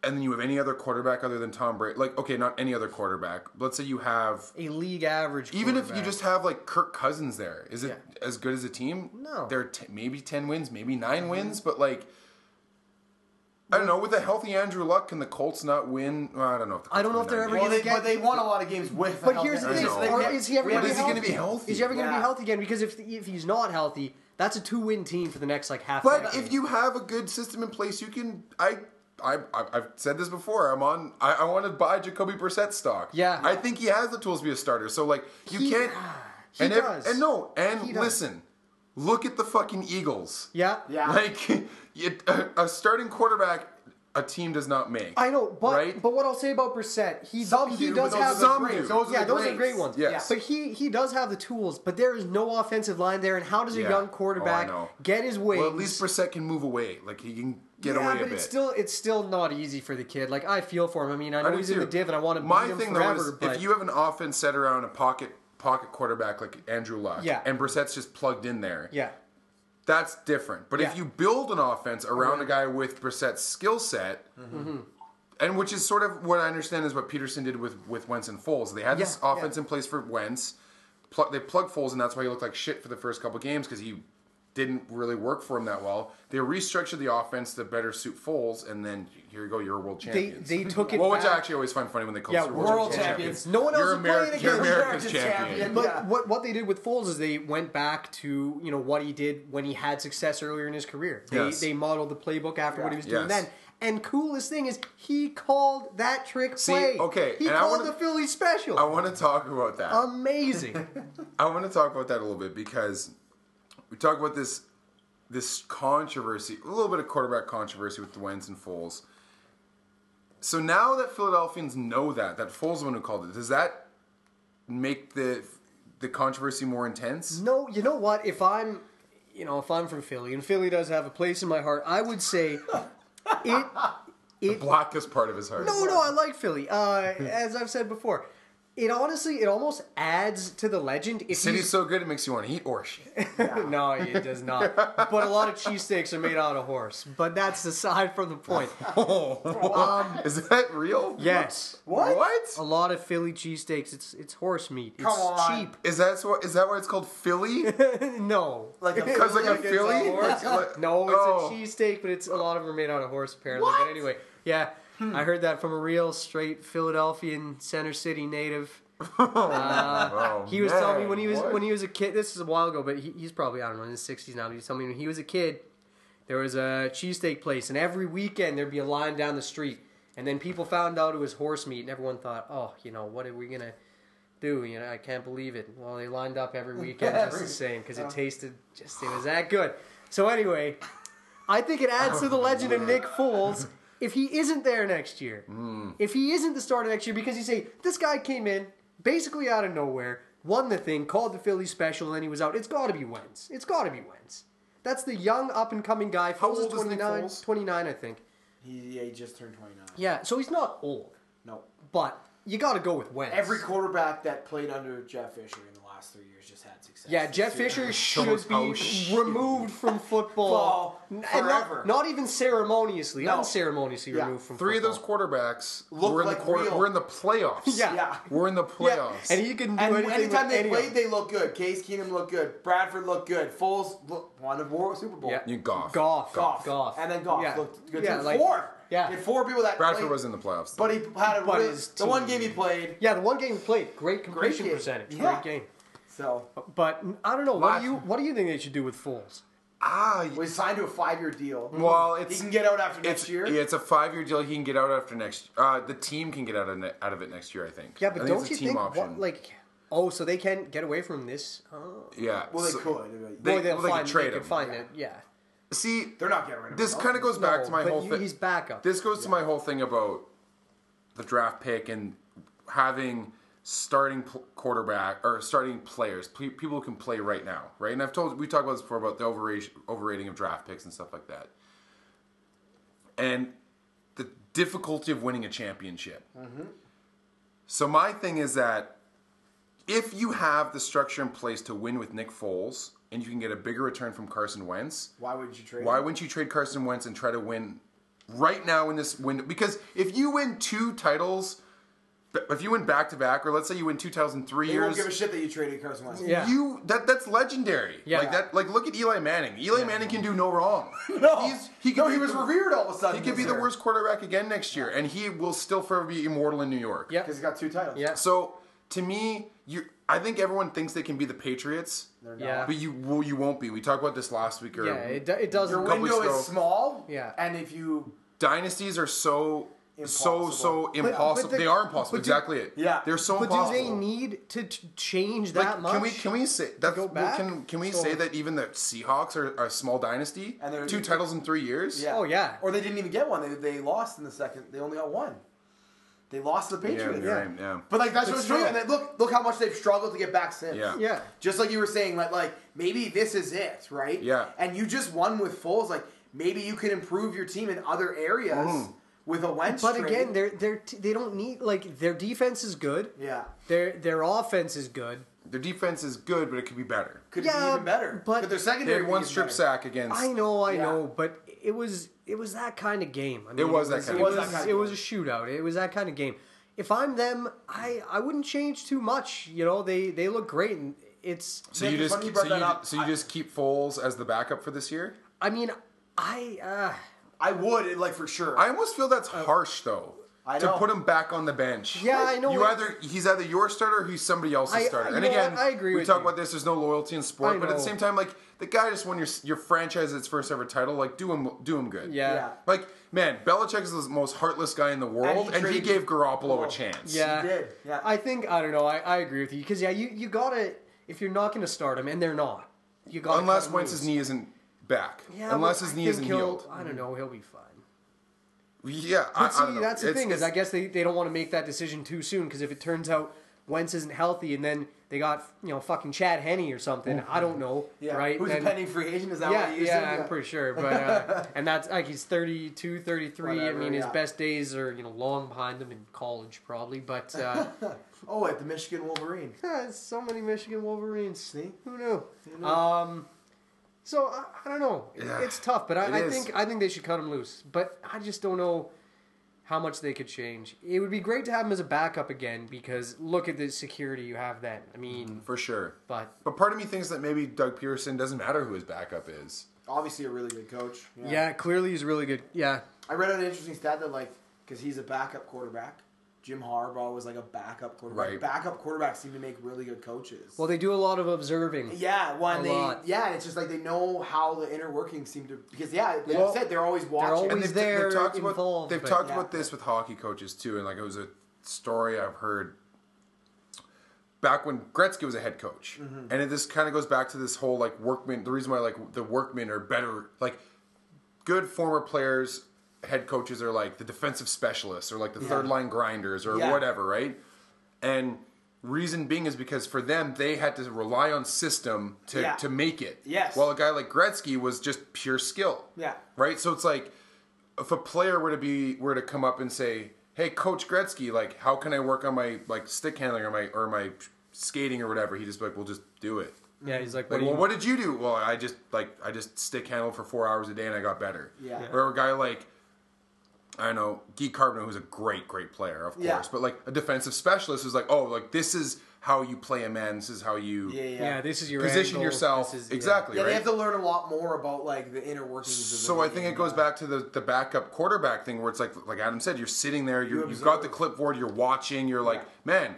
A: and then you have any other quarterback other than Tom Brady. Like okay, not any other quarterback. Let's say you have
B: a league average.
A: even if you
B: quarterback.
A: just have like Kirk Cousins there, is it
B: Yeah.
A: as good as a team?
B: No. Mm-hmm.
A: There are t- maybe 10 wins, maybe 9 wins, but like I don't know. With a healthy Andrew Luck, can the Colts not win? Well, I don't know if the Colts
B: I don't know
A: win
B: if they're
A: nine
B: ever
A: games.
C: Well,
B: gonna
C: they,
B: get-
C: but they won a lot of games with.
B: But here's the
A: I
B: thing:
A: know.
B: or is he ever?
A: But
B: gonna
A: is he gonna be healthy?
B: Is he ever going to be
C: Yeah.
B: healthy again? Because if if he's not healthy, that's a two-win team for the next like half.
A: But
B: decade.
A: if you have a good system in place, you can. I, I, I I've said this before. I'm on. I, I want to buy Jacoby Brissett stock.
B: Yeah.
A: I think he has the tools to be a starter. So like, you
B: He-
A: can't.
B: he
A: and if-
B: does.
A: and no.
B: He
A: And
B: does.
A: listen, look at the fucking Eagles.
B: yeah,
C: Yeah.
A: Like, [LAUGHS] it, a, a starting quarterback, a team does not make.
B: I know, but
A: Right?
B: but what I'll say about Brissett, he
C: Some
B: he
C: do,
B: does
C: but those
B: have
C: are
A: the Some
C: greats.
A: do.
C: Those are
B: yeah,
C: the
B: those are great
C: greats.
B: ones.
A: Yes.
B: but he he does have the tools, but there is no offensive line there. And how does a
A: Yeah.
B: young quarterback
A: Oh, I know.
B: get his wings?
A: well, at least Brissett can move away. Like he can get
B: yeah,
A: away
B: but
A: a bit.
B: it's still it's still not easy for the kid. Like I feel for him. I mean, I
A: I
B: know
A: do
B: he's in the
A: too.
B: div, and I want to
A: My
B: beat him
A: thing
B: forever.
A: though is
B: but
A: if you have an offense set around a pocket pocket quarterback like Andrew Luck,
B: Yeah.
A: and Brissett's just plugged in there,
B: yeah,
A: that's different. But
B: Yeah.
A: if you build an offense around a guy with Brissett's skill set,
B: Mm-hmm.
A: and which is sort of what I understand is what Peterson did with with Wentz and Foles. They had this
B: Yeah,
A: offense
B: yeah.
A: in place for Wentz. Pl- they plugged Foles, and that's why he looked like shit for the first couple games because he didn't really work for him that well. They restructured the offense to better suit Foles, and then here you go, you're a world
B: they
A: champions.
B: they took it.
A: well, which I
B: back.
A: actually always find funny when they call
B: Yeah,
A: us
B: world
C: champions.
B: No one else
A: You're
B: is playing
A: Ameri- You're
B: against
A: America's
C: America's
A: champion.
C: champion.
B: But
C: Yeah.
B: what what they did with Foles is they went back to you know what he did when he had success earlier in his career. They
A: Yes.
B: they modeled the playbook after what he was doing
A: Yes.
B: then. And coolest thing is he called that trick
A: See,
B: play.
A: okay,
B: he
A: and I
B: called
A: wanna-
B: the Philly special. [LAUGHS]
A: I want to talk about that.
B: Um, Amazing.
A: I want to talk about that a little bit because we talk about this this controversy, a little bit of quarterback controversy with the Wentz and Foles. So now that Philadelphians know that that Foles is the one who called it, does that make the the controversy more intense?
B: no, you know what? If I'm you know if I'm from Philly and Philly does have a place in my heart, I would say
A: [LAUGHS]
B: it
A: Block this part of his heart.
B: No, no, I like Philly. Uh, as I've said before, it honestly it almost adds to the legend. If
A: City's
B: he's-
A: so good it makes you want to eat or shit.
B: [LAUGHS] no, it does not. But a lot of cheesesteaks are made out of horse. But that's aside from the point.
C: [LAUGHS]
B: Um,
A: [LAUGHS] is that real?
B: Yes,
C: Oh. What?
B: a
A: What?
B: lot of Philly cheesesteaks. It's it's horse meat. It's
C: Come on.
B: cheap.
A: Is that so, is that why it's called
B: [LAUGHS]
A: Philly?
B: No. [LAUGHS]
C: Like a
A: Because like a
C: Philly against
A: Philly?
C: a
A: [LAUGHS]
C: horse?
B: No, it's
A: Oh. [LAUGHS]
B: a cheesesteak, but it's a lot of them are made out of horse apparently.
C: What? Hmm.
B: But anyway, yeah. I heard that from a real straight Philadelphian center city native.
A: Oh,
B: Uh, He was
A: man,
B: telling me when he was
A: what?
B: when he was a kid. This is a while ago, but he, he's probably I don't know in his sixties now. But he's telling me when he was a kid, there was a cheesesteak place, and every weekend there'd be a line down the street, and then people found out it was horse meat, and everyone thought, oh, you know, what are we gonna do? You know, I can't believe it. Well, they lined up every
A: [LAUGHS]
B: weekend just the same because it tasted just it was that good. So anyway, I think it adds to the
A: Oh,
B: legend of
A: [LAUGHS]
B: Nick Foles. If he isn't there next year,
A: Hmm.
B: if he isn't the starter next year, because you say this guy came in basically out of nowhere, won the thing, called the Philly special, and then he was out. It's got to be Wentz. It's got to be Wentz. That's the young up and coming guy. Foles
A: How
B: is
A: old is Nick
B: 29,
A: Foles?
B: 29, I think.
C: He, yeah, he just turned 29.
B: Yeah, so he's not old,
C: No.
B: but you got to go with Wentz.
C: Every quarterback that played under Jeff Fisher in the last three years just had success.
B: yeah,
C: this
B: Jeff
C: year.
B: Fisher
A: Shows
B: should be
A: how shitty.
B: removed from football,
C: Football
B: and
C: forever.
B: not, not even ceremoniously,
C: No.
B: unceremoniously
C: Yeah.
B: removed from
A: Three of
B: football.
A: those quarterbacks
C: Look
A: were in the
C: like
A: quarter,
C: real-
A: were in the playoffs.
B: Yeah.
C: Yeah.
A: We're in the
B: Yeah,
A: playoffs.
B: and he can do
C: And
B: anything.
C: anytime
B: with
C: they
B: any of
C: played,
B: them.
C: they looked good. Case Keenum looked good. Bradford looked good. Foles look, won the World Super Bowl.
B: Yeah.
A: you golf.
B: Goff,
C: Goff.
B: Goff,
C: And then Goff
B: Yeah.
C: looked good
B: Yeah,
C: too.
B: like-
C: four.
B: yeah.
C: He had four people that
A: Bradford
C: played.
A: was in the playoffs.
C: But he had a
B: But
C: really-
B: his
C: the one
B: team-
C: game he played.
B: Yeah, the one game he played, great completion
C: game.
B: percentage,
C: Yeah.
B: great game.
C: So
B: But I don't know. What do
A: Lots.
B: you What do you think they should do with Foles?
A: Ah,
C: Well, he's signed to a five-year deal.
A: Well,
C: he
A: it's-
C: can get out after next
A: it's,
C: year.
A: Yeah, it's a five-year deal. He can get out after next. Uh, the team can get out of ne- out of it next year, I think.
B: Yeah,
A: I
B: but
A: think
B: don't
A: it's a
B: you
A: team
B: think
A: option.
B: what like oh, so they can get away from this? Oh,
A: yeah.
C: Well, they
A: so-
C: could.
A: They-
B: Boy, they'll
A: well, they could
B: find
A: trade
B: they
A: him.
B: could find it. Yeah,
A: See,
C: They're not getting rid of
A: this
C: him.
A: kind of goes back
B: No,
A: to my
B: but
A: whole
B: you-
A: thing.
B: He's backup.
A: This goes to my whole thing about the draft pick and having starting pl- quarterback or starting players, pe- people who can play right now, right? And I've told we talked about this before about the overration, overrating of draft picks and stuff like that, and the difficulty of winning a championship. So my thing is that if you have the structure in place to win with Nick Foles and you can get a bigger return from Carson Wentz,
C: Why would you trade?
A: why
C: him?
A: wouldn't you trade Carson Wentz and try to win right now in this window? Because if you win two titles, if you win back to back, or let's say you win two titles in three
C: They won't
A: years,
C: give a shit that you traded Carson Wentz.
B: Yeah.
A: you that that's legendary.
B: Yeah.
A: Like that. Like look at Eli Manning. Eli Manning can do no wrong.
C: [LAUGHS] No,
A: He's, he
C: no,
A: could
C: he
A: be
C: was
A: the-
C: revered all of a sudden.
A: He could be the worst quarterback again next year, and he will still forever be immortal in New York.
B: yeah,
C: because he's got two titles.
B: yeah,
A: So to me, you, I think everyone thinks they can be the Patriots,
C: They're not.
B: yeah,
A: but you well, you won't be. We talked about this last week. Or
B: yeah. It, do- it doesn't.
C: Your
A: couple
C: window
A: weeks
C: is
A: ago.
C: small.
B: Yeah.
C: and if you
A: dynasties are so so
C: Impossible.
A: so
C: But-
A: impossible.
B: but the-
A: they are impossible.
B: but do-
A: exactly it.
C: Yeah.
A: they're so
B: But do
A: impossible.
B: they need to t- change
A: Like,
B: that much?
A: Can we can we say that's
B: go
A: well,
B: back?
A: can can we
B: So-
A: say that even the Seahawks are, are a small dynasty?
C: And they're-
A: two titles in three years.
C: yeah,
B: Oh, yeah.
C: or they didn't even get one. They, they lost in the second. They only got one. They lost to the
A: yeah,
C: Patriots.
A: you're right, yeah.
C: But like that's
B: But
C: what's true.
B: still-
C: And then look, look how much they've struggled to get back since.
A: Yeah.
B: Yeah.
C: Just like you were saying, like like maybe this is it, right?
A: Yeah.
C: And you just won with Foles. Like maybe you could improve your team in other areas
A: Mm-hmm.
C: with a Wentz.
B: But
C: trade.
B: again, they're they're t- they don't need like their defense is good.
C: yeah,
B: Their their offense is good.
A: Their defense is good, but it could be better.
C: could be
B: Yeah,
C: even better.
B: but-
C: could their
A: They
C: secondary
A: had
C: be
A: one
C: even
A: strip
C: better?
A: sack against.
B: I know, I
C: Yeah.
B: know, but it was it was that kind of game. I mean,
A: was that kind of
B: it was,
A: game.
C: It was that kind of
B: it was a
C: game.
B: shootout. It was that kind of game. If I'm them, I I wouldn't change too much. You know, they they look great, and it's.
A: So
C: Nick,
A: you
C: it's
A: just
C: funny you
A: keep- so
C: brought
A: you,
C: that up.
A: so you
C: I-
A: just keep Foles as the backup for this year.
B: I mean, I uh,
C: I would like for sure.
A: I almost feel that's harsh though.
C: I
A: To
C: know.
A: put him back on the bench.
B: Oh. Yeah, I know
A: You
B: what-
A: either he's either your starter or he's somebody else's
B: I-
A: starter.
B: you
A: And
B: know
A: again,
B: what? I agree
A: we
B: with
A: talk
B: you.
A: about this. There's no loyalty in sport,
B: I
A: but at the
B: know.
A: same time, like the guy just won your your franchise its first ever title. Like do him do him good.
B: yeah,
C: Yeah.
A: Like man, Belichick is the most heartless guy in the world, and he,
C: traded-
A: gave Garoppolo
C: Oh.
A: a chance.
B: yeah.
C: He did, yeah.
B: I think I don't know. I, I agree with you because yeah, you you gotta if you're not gonna start him, and they're not. You got
A: Unless Wentz's knee isn't back.
B: Yeah,
A: Unless
B: but
A: his
B: I
A: knee
B: think
A: isn't
B: he'll-
A: healed. Mm.
B: I don't know. He'll be fine.
A: Yeah. I,
B: But
A: I don't
B: see,
A: know.
B: that's the
A: It's-
B: thing is, I
A: it's-
B: guess they, they don't want to make that decision too soon because if it turns out Wentz isn't healthy and then they got you know fucking Chad Henney or something, I don't know,
C: yeah.
B: right?
C: Who's
B: Then-
C: a pending free agent? Is that
B: Yeah,
C: what you
B: yeah,
C: said?
B: I'm pretty sure.
A: [LAUGHS]
B: But uh, and that's like he's 32, 33. I
C: Whatever,
B: mean, his
C: yeah.
B: best days are you know long behind him in college probably.
A: [LAUGHS]
B: But uh,
C: Oh, at the Michigan Wolverine.
B: so many Michigan Wolverines.
C: See?
B: Who knew?
C: Who knew?
B: Um, so I, I don't know. It-
A: Yeah,
B: it's tough, but
A: it
B: I, I
A: is.
B: think I think they should cut him loose. But I just don't know how much they could change. It would be great to have him as a backup again because look at the security you have then. I mean,
A: for sure.
B: but
A: But part of me thinks that maybe Doug Peterson doesn't matter who his backup is.
C: Obviously, a really good coach.
B: yeah. clearly he's really good. Yeah,
C: I read an interesting stat that like because he's a backup quarterback. Jim Harbaugh was like a backup quarterback.
A: Right.
C: Backup quarterbacks seem to make really good coaches.
B: well they do a lot of observing.
C: yeah,
B: A
C: one they
B: lot.
C: yeah, and it's just like they know how the inner workings seem to because yeah, like
A: Well,
C: you said, they're always watching.
B: always-
A: they've,
B: there,
A: they've talked about,
B: involved,
A: They've
B: but-
A: talked
C: Yeah.
A: about this with hockey coaches too, and like it was a story I've heard back when Gretzky was a head coach, and it this kind of goes back to this whole like workman. The reason why like the workmen are better, like good former players, head coaches are like the defensive specialists or like the third line grinders or
C: Yeah.
A: whatever, right? And reason being is because for them they had to rely on system to
C: Yeah.
A: to make it.
C: Yes.
A: While a guy like Gretzky was just pure skill.
C: Yeah.
A: Right? So it's like if a player were to be were to come up and say, "Hey, Coach Gretzky, like, how can I work on my like stick handling or my or my skating or whatever?" He just be like, "Well, just do it."
B: Yeah, he's like, what
A: Like,
B: do
A: well,
B: you-
A: what did you do? Well, I just like I just stick handled for four hours a day and I got better.
C: Yeah.
A: Or a guy like I don't know Guy Carbonneau, who's a great, great player, of course,
C: Yeah.
A: but like a defensive specialist is like, oh, like this is how you play a man. This is how you
C: yeah, yeah.
B: yeah. this is your
A: position
B: angle,
A: yourself
B: this is- yeah.
A: exactly.
C: Yeah,
A: right?
C: they have to learn a lot more about like the inner workings. of the
A: So I think
C: game,
A: it goes
C: yeah.
A: back to the, the backup quarterback thing where it's like like Adam said, you're sitting there, you're, you
C: You
A: have got the
C: observe.
A: clipboard, you're watching, you're like, man,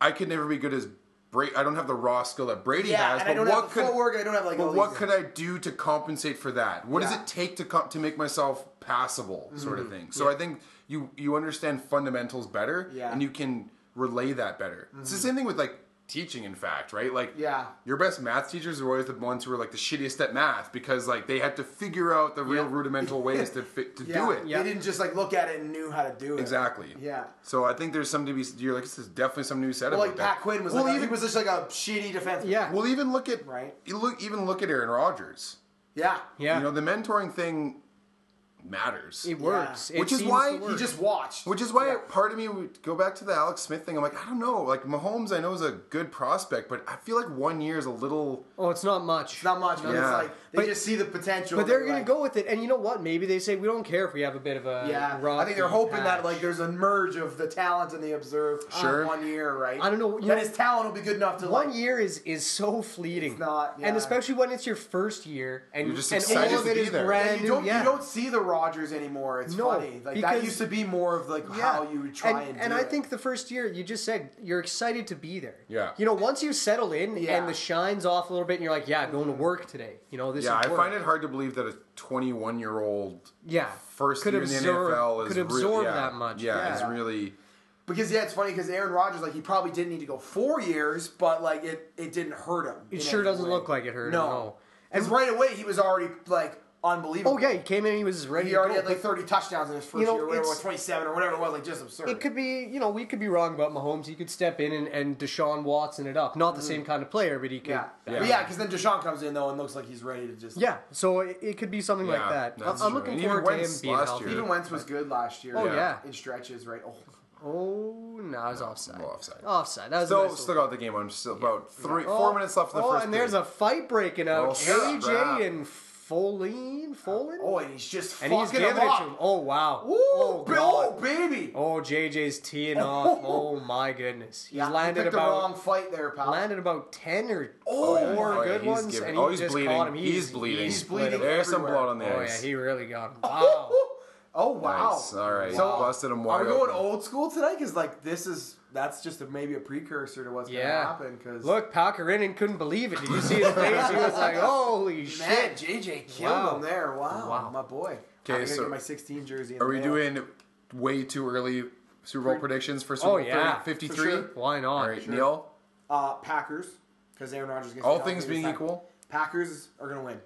A: I could never be good as Bra- I don't have the raw skill that Brady
D: Yeah,
A: has.
D: and
A: but
D: I don't
A: what
D: have the
A: could
D: footwork. I don't have like. all
A: but
D: these
A: what
D: things.
A: could I do to compensate for that? What does
D: Yeah. Mm-hmm.
A: it take to co- to make myself passable, sort of thing? So I think you you understand fundamentals better,
C: Yeah.
A: and you can relay that better. It's the
D: Mm-hmm.
A: same thing with like teaching, in fact, right? Like,
C: Yeah.
A: your best math teachers are always the ones who are like the shittiest at math because like they had to figure out the real
C: Yeah.
A: rudimental ways to fit to
C: Yeah,
A: do it.
C: They didn't just like look at it and knew how to do it.
A: Exactly.
C: Yeah.
A: So I think there's something to be. You're like, this is definitely something to be said
C: Well,
A: about
C: like
A: that.
C: Pat Quinn was
A: Well,
C: like,
A: even-
C: he was just like a shitty defenseman.
B: Yeah.
A: We'll even look at
C: Right.
A: You look even look at Aaron Rodgers.
C: yeah,
B: Yeah.
A: You know, the mentoring thing matters.
B: it works. It
A: Which is
B: seems
A: why
B: to
A: he
C: He
B: work.
C: just watched.
A: Which is why part of me would go back to the Alex Smith thing. I'm like, I don't know. Like Mahomes, I know is a good prospect, but I feel like one year is a little.
B: Oh, it's not much.
C: Not much, but
A: Yeah.
C: it's like they
B: But-
C: just see the potential.
B: But they're
C: and
B: gonna
C: like-
B: go with it, and you know what? Maybe they say we don't care if we have a bit of a
C: Yeah,
B: rough
C: I think they're
B: and
C: hoping that
B: patch."
C: like there's a merge of the talent and the observed uh,
A: Sure.
C: one year, right?
B: I don't know, you
C: That
B: know-
C: his talent will be good enough to
B: one
C: like,
B: year is is so fleeting.
C: It's not, yeah.
B: and especially when it's your first year, and
A: You're just
B: and
A: excited
B: all of
A: to
B: it
A: be
B: is
A: there.
B: brand
C: And you don't
B: new. Yeah.
C: you don't see the Rogers anymore. It's
B: No,
C: funny. Like that
B: because-
C: used to be more of like
B: Yeah.
C: how you would try and
B: and,
C: do
B: I
C: it.
B: think the first year you just said you're excited to be there.
A: Yeah.
B: You know, once you settle in
C: Yeah.
B: and the shine's off a little bit, and you're like, yeah, going to work today. You know, this.
A: Yeah,
B: is
A: I
B: work.
A: find it hard to believe that a 21 year old
B: Yeah.
A: first
B: could
A: year in the
B: absorb,
A: NFL is
B: could absorb
A: really, yeah,
B: that much.
A: Yeah, is
C: Yeah.
A: really.
C: because yeah, it's funny because Aaron Rodgers like he probably didn't need to go four years, but like it it didn't hurt him. in
B: It sure
C: any
B: doesn't
C: way.
B: look like it hurt. him,
C: No,
B: no.
C: and right away he was already like unbelievable.
B: Oh yeah, he came in, he was ready.
C: He already
B: to go,
C: had like
B: but-
C: 30 touchdowns in his first
B: You know,
C: year, or whatever,
B: it's-
C: or 27 or whatever it was, like just absurd.
B: It could be, you know, we could be wrong about Mahomes. He could step in and, and Deshaun Watson it up.
A: Mm.
B: Not the same kind of player, but he could.
C: yeah,
B: Yeah.
C: But yeah, because then Deshaun comes in though and looks like he's ready to just.
B: Yeah, so it, it could be something
A: Yeah,
B: like that. I- I'm
A: that's true.
B: looking
A: And even
B: forward to him
A: Wentz
B: being
A: last
B: healthy.
A: year.
C: Even Wentz was good last year.
B: Oh, yeah.
C: in stretches, right? Oh,
B: Oh, no, I was offside.
A: well, offside.
B: Offside. That was a
A: Still,
B: nice
A: still
B: little-
A: got the game on. Still about three,
B: Oh,
A: four minutes left in the
B: oh,
A: first.
B: and there's a
A: period.
B: fight breaking out.
A: Oh,
B: AJ
A: crap. Uh,
B: and Folin? Folin?
C: oh, and he's just
B: and
C: fucking
B: he's giving it
C: him
B: to
C: up.
B: him. Oh, wow.
C: Ooh,
B: oh,
C: ba-
B: God.
C: oh, baby.
B: Oh, JJ's teeing
A: [LAUGHS]
B: off. Oh, my goodness. He's
C: Yeah, he
B: landed
C: picked
B: about...
C: the wrong fight there, pal.
B: landed about ten or
C: Oh, yeah.
B: four
A: Oh, yeah,
B: good
A: he's
B: ones,
A: giving-
B: and he
A: oh, he's
B: just
A: bleeding.
B: caught him.
A: He's bleeding.
C: He's bleeding.
A: there's some
C: everywhere.
A: blood on the
B: Oh yeah,
A: ice.
B: he really
C: [LAUGHS]
B: got him. Wow.
C: Oh wow!
A: Nice. All right.
C: Wow.
A: Busted him
C: Are
A: wide
C: we going
A: open.
C: old school tonight? Because like this is that's just a, maybe a precursor to what's
B: yeah.
C: gonna happen. Because
B: Look, Pakarinen couldn't believe it. Did you see his face? He was
C: [LAUGHS]
B: like, "Holy
C: man,
B: shit!"
C: JJ killed
B: Wow.
C: him there. Wow,
B: Wow.
C: my boy.
A: Okay,
C: I'm gonna
A: so-
C: get my 16 jersey. in
A: Are
C: the
A: we
C: mail.
A: doing way too early Super Bowl predictions for Super
B: Oh
A: Bowl
B: yeah,
A: 53?
B: For sure. Why not?
A: All right, Neil.
C: Uh, Packers, because Aaron Rodgers. Gets
A: All things being
C: time.
A: equal,
C: Packers are gonna win.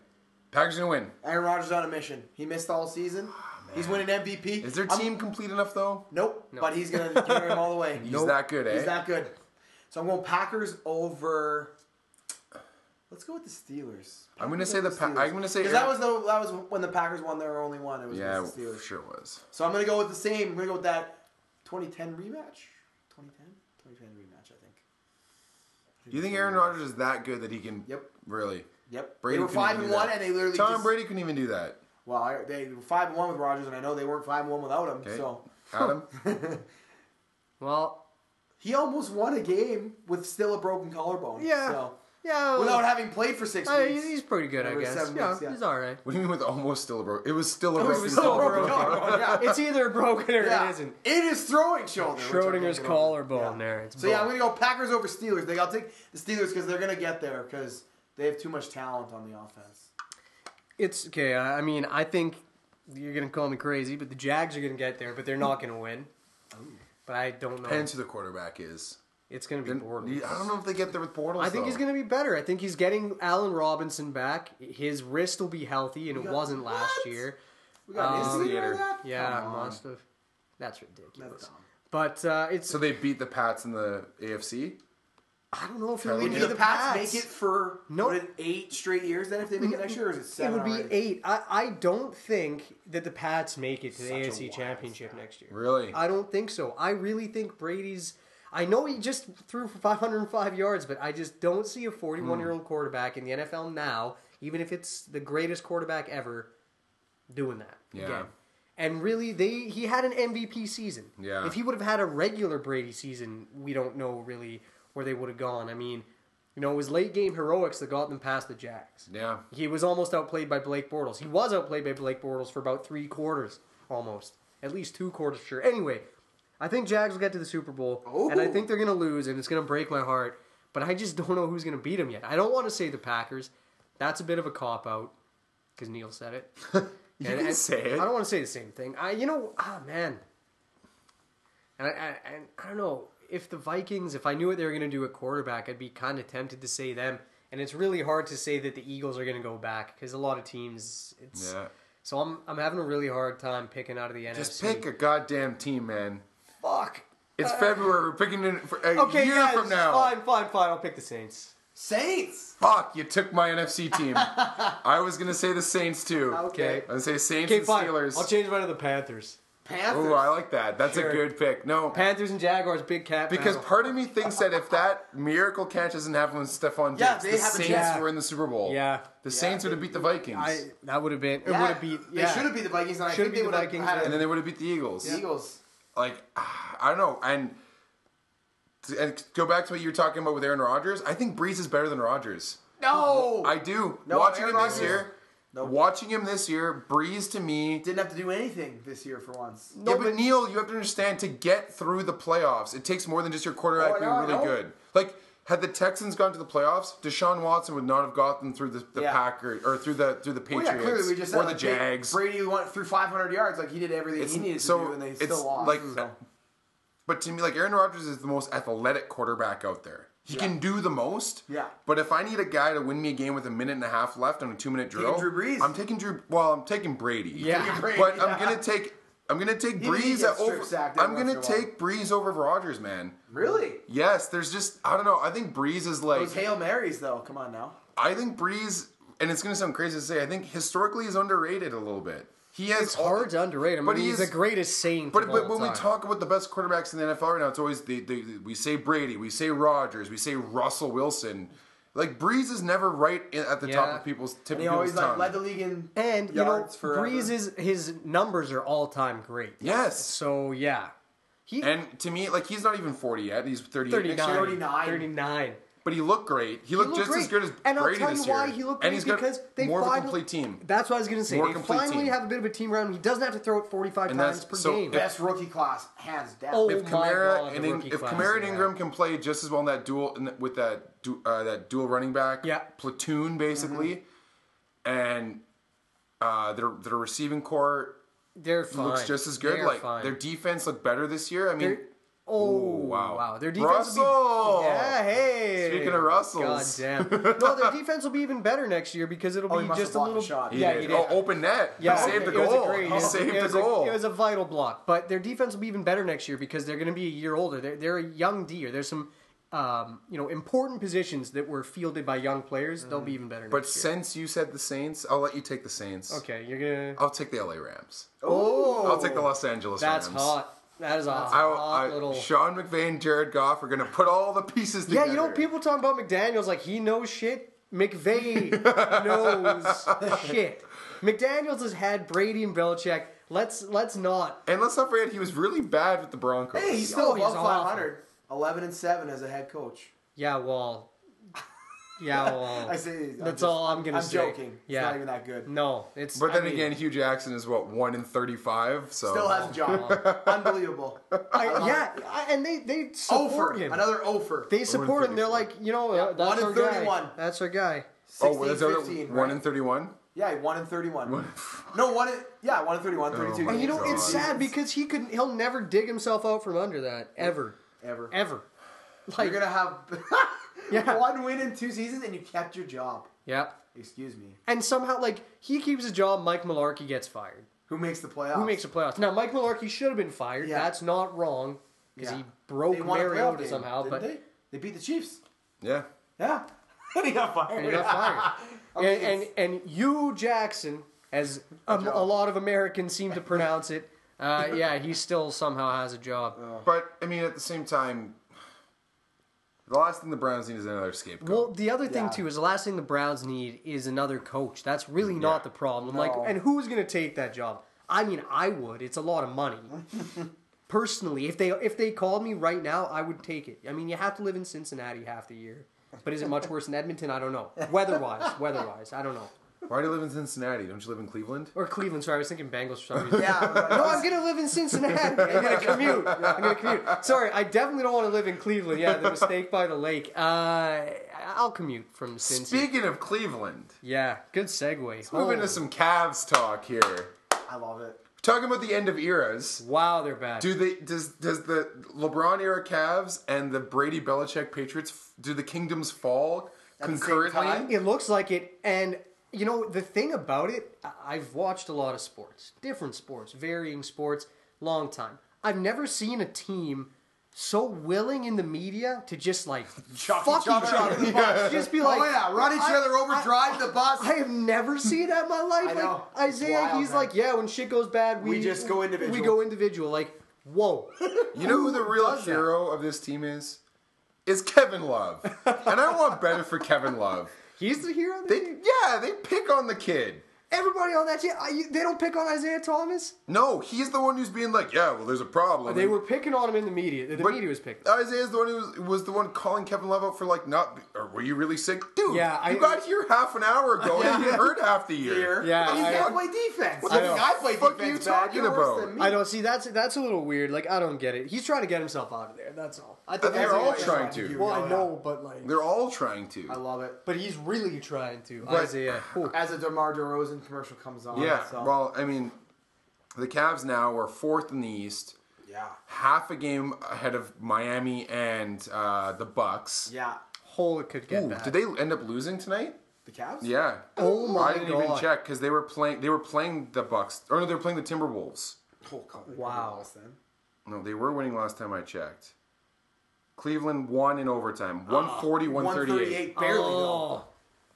A: Packers gonna win.
C: Aaron Rodgers on a mission. He missed all season. he's winning MVP.
A: Ah, Is their
C: I'm-
A: team complete enough though?
C: Nope. But he's gonna carry him all the way.
A: [LAUGHS] He's that good, eh?
C: He's not good. So I'm going Packers over. Let's go with the Steelers.
A: I'm gonna say the pa- I'm gonna say
C: Because that was
A: Aaron-
C: the that was when the Packers won their only one. It was
A: yeah,
C: against the Steelers.
A: sure was.
C: So I'm gonna go with the same. I'm gonna go with that 2010 rematch. 2010, 2010 rematch. I think.
A: Do you think Aaron Rodgers is that good that he can?
C: Yep.
A: Really.
C: Yep.
A: Brady
C: they were
A: couldn't
C: five
A: even
C: and
A: do
C: one,
A: that.
C: and they literally
A: Tom
C: just-
A: Brady couldn't even do that.
C: Well, I- they were five and one with Rogers, and I know they weren't five and one without him.
A: Okay.
C: So
A: Adam. [LAUGHS]
B: Well,
C: he almost won a game with still a broken collarbone.
B: Yeah.
C: So,
B: yeah.
C: without having played for six
B: I-
C: weeks.
B: he's pretty good, I
C: Whatever,
B: guess.
C: seven
B: yeah,
C: weeks, yeah.
B: he's all right.
A: what do you mean with almost still a broken? It was still a
C: It was
A: broken.
C: still a broken
A: collarbone.
C: collarbone. [LAUGHS]
B: [LAUGHS]
C: Yeah.
B: It's either broken or
C: Yeah.
B: it isn't.
C: It is throwing shoulder. which I can't
B: Schrodinger's
C: get over.
B: collarbone
C: Yeah.
B: there. It's
C: So yeah, I'm
B: both.
C: gonna go Packers over Steelers. They I'll take the Steelers because they're gonna get there because they have too much talent on the offense.
B: It's okay. I I mean, I think you're gonna call me crazy, but the Jags are gonna get there, but they're not gonna win. But I don't know.
A: Depends who the quarterback is.
B: it's gonna be
A: Then-
B: Bortles.
A: I don't know if they get there with Bortles.
B: I think he's
A: though.
B: going to be better. I think he's getting Allen Robinson back. His wrist will be healthy, and it
C: got-
B: wasn't last
C: What?
B: year.
C: We got an
B: Um,
C: instigator on that?
B: Yeah,
C: Come on.
B: must have. That's ridiculous.
C: That's dumb.
B: But uh, it's.
A: So they beat the Pats in the AFC.
B: I don't know if it'll
A: Would
B: even
C: Did
B: be
A: you
C: the,
B: the
C: Pats,
B: Pats.
C: make it for
B: No.
C: what, eight straight years? Then if they make it next year, or is it
B: It
C: seven?
B: would be
C: already?
B: eight. I, I don't think that the Pats make it to the
C: Such a
B: AFC
C: wild
B: Championship next year.
A: Really?
B: I don't think so. I really think Brady's. I know he just threw for 505 yards, but I just don't see a 41 year old
A: Hmm.
B: quarterback in the NFL now, even if it's the greatest quarterback ever, doing that.
A: Yeah.
B: And really, they he had an MVP season.
A: Yeah.
B: If he would have had a regular Brady season, we don't know really where they would have gone. I mean, you know, it was late game heroics that got them past the Jags.
A: yeah.
B: He was almost outplayed by Blake Bortles. He was outplayed by Blake Bortles for about three quarters, almost. At least two quarters, sure. Anyway, I think Jags will get to the Super Bowl, and I
C: Ooh.
A: Oh.
B: think they're going to lose, and it's going to break my heart. but I just don't know who's going to beat him yet. I don't want to say the Packers. That's a bit of a cop out because Neil said it.
A: [LAUGHS] You
B: And-
A: can
B: and
A: say it.
B: I don't want to say the same thing. I, you know, ah, man. And I, I, and I don't know if the Vikings, if I knew what they were going to do at quarterback, I'd be kind of tempted to say them. And it's really hard to say that the Eagles are going to go back because a lot of teams. It's
A: Yeah.
B: so I'm I'm having a really hard time picking out of the NFC.
A: Just pick a goddamn team, man.
B: Fuck.
A: It's
C: Uh,
A: February. We're picking in for a
B: Okay,
A: year
B: yeah,
A: from now.
B: Fine, fine, fine. I'll pick the Saints.
C: Saints.
A: Fuck, you took my NFC
C: [LAUGHS]
A: team. I was gonna say the Saints too.
B: Okay.
A: I would say Uh, Saints
B: Okay,
A: and
B: fine.
A: Steelers.
B: I'll change mine to the Panthers.
C: Panthers.
A: Ooh, I like that. That's
B: Sure.
A: a good pick. No,
B: Panthers and Jaguars, big cat.
A: because
B: battle.
A: part of me thinks that if that miracle catch doesn't happen with Stephon
C: Yeah,
A: Diggs,
C: they
A: the
C: have a
A: Saints
C: chance.
A: were in the Super Bowl.
B: Yeah.
A: the Saints would have beat the Vikings,
B: I that would have been it
C: Yeah,
B: would have beat yeah.
C: They should have beat the Vikings, and I
B: Should've
C: think
B: beat
C: they
B: the
C: would have
B: Vikings,
C: had
A: and then they would have beat the Eagles.
C: the Eagles.
A: Like, ah, I don't know. And and go back to what you were talking about with Aaron Rodgers. I think Breeze is better than Rodgers.
C: No,
A: I do.
C: No,
A: watching
C: Aaron
A: him
C: Rodgers-
A: this year,
C: No.
A: watching him this year, Breeze to me.
C: didn't have to do anything this year for once.
A: yeah, but, Neil, you have to understand to get through the playoffs, it takes more than just your quarterback
C: Oh, I
A: being
C: know, I
A: really
C: know.
A: good. Like, had the Texans gone to the playoffs, Deshaun Watson would not have gotten through the, the
C: Yeah.
A: Packers or through the through the
C: Well,
A: Patriots
C: yeah, clearly we just
A: or
C: said,
A: the
C: like,
A: Jags.
C: Brady went through 500 yards, like he did everything
A: It's-
C: he needed
A: so
C: to do, and they
A: it's
C: still lost.
A: like-
C: so.
A: But to me, like Aaron Rodgers is the most athletic quarterback out there. He can do the most.
C: Yeah.
A: But if I need a guy to win me a game with a minute and a half left on a two-minute drill,
C: Drew Brees.
A: I'm taking Drew. Well, I'm taking Brady.
B: Yeah. Taking
C: Brady,
A: but
C: yeah.
A: I'm gonna take. I'm gonna take
C: He- he
A: Breeze
C: gets
A: over.
C: strip sacked every
A: I'm
C: once in
A: gonna
C: a while.
A: take Breeze over Rodgers, man.
C: really,
A: Yes, there's just I don't know. I think Breeze is like
C: those hail marys though. Come on now.
A: I think Breeze, and it's gonna sound crazy to say. I think historically he's underrated a little bit. He has
B: It's hard to underrate him.
A: but
B: I mean,
A: he
B: he's
A: is-
B: the greatest saint.
A: But,
B: of
A: but
B: all
A: when we
B: time.
A: talk about the best quarterbacks in the NFL right now, it's always the, the, we say Brady, we say Rodgers, we say Russell Wilson. Like Breeze is never right in, at the
B: Yeah.
A: top of people's tip of
C: And he
A: people's
C: always like
A: tongue.
C: led the league in
B: and you know,
C: yards forever.
B: Breeze is his numbers are all time great.
A: yes,
B: So yeah, he
A: and to me, like he's not even forty yet; he's thirty-eight
B: thirty
A: next year.
B: nine.
C: 39.
B: Thirty nine.
A: But he looked great. He looked, just as good as
B: and
A: Brady
B: I'll tell
A: this
B: you why
A: year.
B: he looked
A: and
B: great
A: he's got
B: because they
A: more
B: finally,
A: of a complete team.
B: That's what I was gonna say.
A: More
B: They
A: complete
B: finally
A: team.
B: have a bit of a team around him. He doesn't have to throw it forty five
A: And
B: times
A: that's-
B: per
A: so
B: game.
A: if-
C: best rookie class hands down.
B: Oh,
A: If
B: my
A: Kamara
B: God, the
A: and In-
B: rookie
A: if
B: class,
A: Kamara and
B: yeah.
A: Ingram can play just as well in that dual in that, with that du- uh, that dual running back
B: Yeah. Mm-hmm.
A: platoon basically, and uh, their their receiving core
B: They're fine.
A: looks just as good.
B: They're
A: like
B: fine.
A: their defense looked better this year. I mean,
B: They're- oh wow.
A: wow.
B: Their defense will
A: Russell!
B: be Yeah, hey.
A: Speaking of Russells.
B: God
A: [LAUGHS]
B: damn. No, their defense will be even better next year because it'll
C: Oh, he
B: be
C: must
B: just
C: have
B: a
C: blocked
B: little
C: the shot.
A: he
B: Yeah,
A: did.
B: he did.
A: Oh, open net.
B: Yeah,
A: he saved the
B: it was a
A: goal.
B: great-
A: he
B: it was-
A: saved
B: it was
A: the
B: a-
A: goal.
B: it was a vital block, but their defense will be even better next year because they're going to be a year older. They're, they're a young D. There's some, um, you know, important positions that were fielded by young players. They'll be even better.
A: Mm. but
B: next year.
A: since you said the Saints, I'll let you take the Saints.
B: okay, you're gonna.
A: I'll take the LA Rams.
C: Oh,
A: I'll take the Los Angeles
B: That's
A: Rams.
B: hot. That is a
A: I,
B: hot
A: I,
B: little.
A: Sean McVay and Jared Goff are going to put all the pieces
B: yeah,
A: together.
B: you know, people talking about McDaniel's like he knows shit.
A: [LAUGHS]
B: McVay knows shit. McDaniel's has had Brady and Belichick. Let's let's not
A: And let's not forget, he was really bad with the Broncos.
C: hey, he's still
B: Oh, he's
C: above
B: awful.
C: 500. 11 and seven as a head coach.
B: Yeah, well.
A: [LAUGHS]
B: Yeah, well.
C: I say I'm
B: Oh. that's
C: just-
B: all I'm gonna
C: I'm
B: say.
C: joking. It's
B: Yeah.
C: not even that good.
B: No, it's.
A: but
B: I
A: then
B: mean,
A: again, Hugh Jackson is what one in thirty-five. So
C: Still has a job.
B: [LAUGHS]
C: [LAUGHS] Unbelievable.
B: Oh, I, yeah, I- and they they
C: Ofer.
B: support him.
C: Another Ofer.
B: They support him. They're
A: 134.
B: like, you know, uh, that's
C: one in
B: our guy.
C: 31.
B: That's our guy.
C: 16,
A: oh, well, that's another
C: 15,
A: one
C: right?
A: in thirty-one.
C: Yeah, one in 31. no, one in, yeah, one in 31, 32.
A: Oh,
B: And you know,
A: God.
B: it's sad because he could. He'll never dig himself out from under that ever,
C: ever.
B: ever.
C: You're gonna have [LAUGHS]
B: Yeah.
C: one win in two seasons, and you kept your job.
B: Yeah.
C: Excuse me.
B: And somehow, like he keeps his job, Mike Malarkey gets fired.
C: Who makes the playoffs?
B: Who makes the playoffs? Now, Mike Malarkey should have been fired.
C: Yeah.
B: That's not wrong because
C: Yeah.
B: he
C: They
B: broke
C: won a playoff
B: Mariota
C: game,
B: somehow.
C: didn't
B: but
C: they? they beat the Chiefs.
A: Yeah,
C: Yeah, [LAUGHS] and he got fired.
B: and
C: [LAUGHS]
B: he got fired.
C: Okay,
B: and, and and you Jackson, as a, a lot of Americans seem to pronounce it,
C: [LAUGHS]
B: uh, yeah, he still somehow has a job.
C: Oh.
A: but I mean, at the same time, the last thing the Browns need is another scapegoat.
B: Well, the other thing
C: Yeah.
B: too is the last thing the Browns need is another coach. That's really not the problem. Like,
C: No.
B: and who's going to take that job? I mean, I would. It's a lot of
C: [LAUGHS]
B: money. Personally, if they if they called me right now, I would take it. I mean, you have to live in Cincinnati half the year, but is it much worse in Edmonton? I don't know. Weather wise, weather wise, I don't know.
A: Why do you live in Cincinnati? Don't you live in Cleveland?
B: Or Cleveland, sorry, I was thinking Bengals for some
C: [LAUGHS]
B: reason.
C: Yeah, I was
B: [LAUGHS]
C: like,
B: No, Oh, I'm gonna live in Cincinnati. I'm gonna commute. I'm gonna commute. Sorry, I definitely don't want to live in Cleveland. Yeah, the mistake by the lake. Uh, I'll commute from Cincy.
A: Speaking of Cleveland,
B: yeah, good segue.
A: move
B: Oh,
A: into some Cavs talk here.
C: I love it.
A: Talking about the end of eras.
B: Wow, they're bad.
A: Do they does does the LeBron era Cavs and the Brady Belichick Patriots f- do the kingdoms fall
C: the same
A: concurrently?
C: time?
B: It looks like it, and you know the thing about it. I- I've watched a lot of sports, different sports, varying sports, long time. I've never seen a team so willing in the media to just like
C: Chuck
B: fuck
C: each other under the bus.
B: just be like,
C: oh [LAUGHS] yeah, run each
B: I-
C: other over,
B: I-
C: drive the bus.
B: I have never seen that in my life.
C: I
B: like,
C: know. It's
B: Isaiah,
C: wild,
B: he's
C: man.
B: like, yeah, when shit goes bad, we,
C: We just go
B: We
C: individual.
B: go individual. Like, whoa. [LAUGHS]
A: You know who the real
B: does that?
A: hero of this team is? Is Kevin Love. and I want better for Kevin Love.
B: he's the hero. Of the
A: They
B: team.
A: yeah, they pick on the kid.
B: Everybody on that team, I- you- they don't pick on Isaiah Thomas.
A: No, he's the one who's being like, yeah, well, there's a problem.
B: They were picking on him in the media. The
A: But
B: media was picking.
A: Isaiah's the one who was, was the one calling Kevin Love out for like not. Or were you really sick, dude?
B: Yeah,
A: you
B: I-
A: got here half an hour ago and you heard half the year.
C: Here.
B: Yeah,
C: But you
B: I-
C: can't play defense.
A: What the
C: I mean,
A: fuck
C: I play
A: are you
C: defense back.
A: talking
C: You're worse
A: about?
C: than me.
B: I don't see that's that's a little weird. Like I don't get it. He's trying to get himself out of there. That's all. I think
A: They're
B: that's-
A: all
C: Isaiah
A: trying
C: is
A: to.
C: you,
B: Well,
C: yeah.
B: I know, but like,
A: They're all trying to.
C: I love it.
B: but he's really trying to.
A: But-
B: Isaiah, Ooh.
C: As a DeMar DeRozan commercial comes on.
A: yeah.
C: So.
A: Well, I mean, the Cavs now are fourth in the East,
C: yeah.
A: half a game ahead of Miami and uh, the Bucks.
C: Yeah.
B: hole it could get
A: Ooh,
B: bad.
A: did they end up losing tonight?
C: The Cavs?
A: Yeah.
B: Oh my
A: I didn't even
B: God.
A: check because they were playing. They were playing the Bucks, or no, they were playing the Timberwolves.
C: Oh, God, they
B: Wow.
C: lost then.
A: No, they were winning last time I checked. Cleveland won in
B: Ah,
A: overtime, 140, 138.
C: 138 barely. though.
B: oh,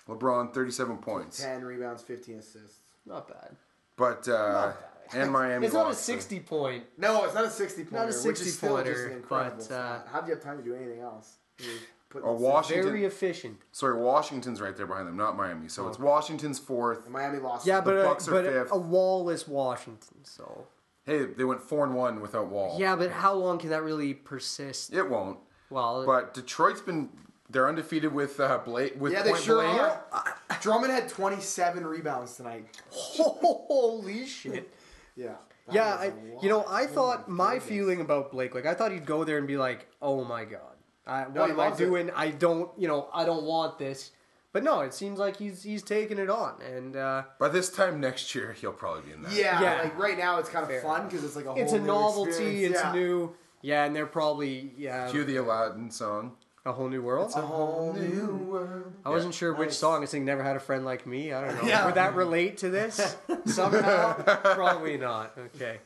A: LeBron, 37 points.
C: 10 rebounds, 15 assists.
B: not bad.
A: But, uh, and Miami
B: It's not a
A: lost, so-
B: sixty point.
C: No, it's not a 60 pointer.
B: Not a
C: which
B: 60
C: is still
B: pointer,
C: just an incredible
B: but,
C: stat.
B: uh,
C: How do you have time to do anything else? You're putting
A: Or
C: this-
A: Washington.
B: Very Oh. efficient.
A: Sorry, Washington's right there behind them, not Miami. So it's Washington's fourth.
C: Miami lost.
B: Yeah, but
A: Bucks
B: a,
A: are
B: but
A: fifth.
B: a wallless Washington. So
A: Hey, they went four and one without Wall.
B: yeah, but how long can that really persist?
A: It won't.
B: Well,
A: But Detroit's been, they're undefeated with uh, Blake. With
C: Yeah, they
A: point
C: sure
A: blank.
C: are. Drummond had 27 rebounds tonight.
B: [LAUGHS] holy shit.
C: Yeah. That
B: Yeah,
C: was
B: I,
C: a lot.
B: you know, I
C: Oh
B: thought my
C: goodness.
B: feeling about Blake, like I thought he'd go there and be like, "Oh my god, I, what
C: he
B: am I
C: loves it.
B: doing? I don't, you know, I don't want this." But no, it seems like he's he's taking it on, and uh,
A: By this time next year, he'll probably be in there.
C: Yeah,
B: Yeah.
C: like right now it's kind of
B: Fair.
C: fun because it's like a whole
B: it's a
C: new
B: novelty.
C: experience.
B: It's
C: yeah.
B: new. Yeah, and they're probably yeah
A: Cue the Aladdin
C: [LAUGHS]
A: song.
B: a whole new world.
C: A whole new world.
B: I wasn't sure which
C: Nice.
B: song. I think "Never Had a Friend Like Me." I don't know.
C: Yeah.
B: Would that relate to
C: [LAUGHS]
B: this somehow? Probably not. Okay.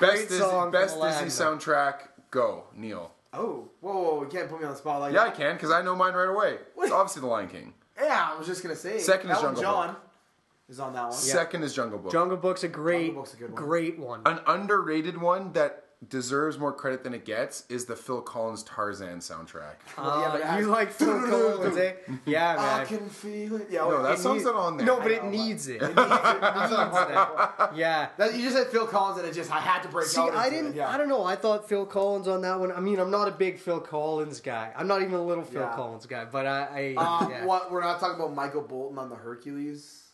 A: Best, Disney,
B: song from
A: best Disney
B: Aladdin.
A: soundtrack. Go, Neil.
C: Oh, whoa, whoa, whoa, you can't put me on the spot like
A: Yeah, I
C: that.
A: can because I know mine right away.
C: [LAUGHS]
A: It's obviously The Lion King.
C: Yeah, I was just gonna say.
A: Second is
C: Elton
A: Jungle
C: John is on that one.
A: Second is Jungle Book.
B: Jungle Book's a great,
C: Jungle Book's a good one.
B: great one.
A: An underrated one that deserves more credit than it gets is the Phil Collins Tarzan soundtrack.
C: Well, yeah,
B: Uh,
C: but it has- Oh,
B: you
C: [LAUGHS]
B: like Phil Collins, eh? Yeah, man.
C: I can feel it. Yeah,
A: No,
C: wait,
A: that
C: it [LAUGHS]
A: song's
C: need-
A: not on there.
B: No, but it
C: know,
B: needs it.
C: [LAUGHS] That's not on that one.
B: yeah.
C: That- you just said Phil Collins, and it just I had to break
B: See,
C: out. into
B: I
C: it,
B: didn't.
C: Yeah.
B: I don't know. I thought Phil Collins on that one. I mean, I'm not a big Phil Collins guy. I'm not even a little Phil
C: Yeah.
B: Collins guy. But I, I
C: Um,
B: yeah.
C: What we're not talking about Michael Bolton on the Hercules.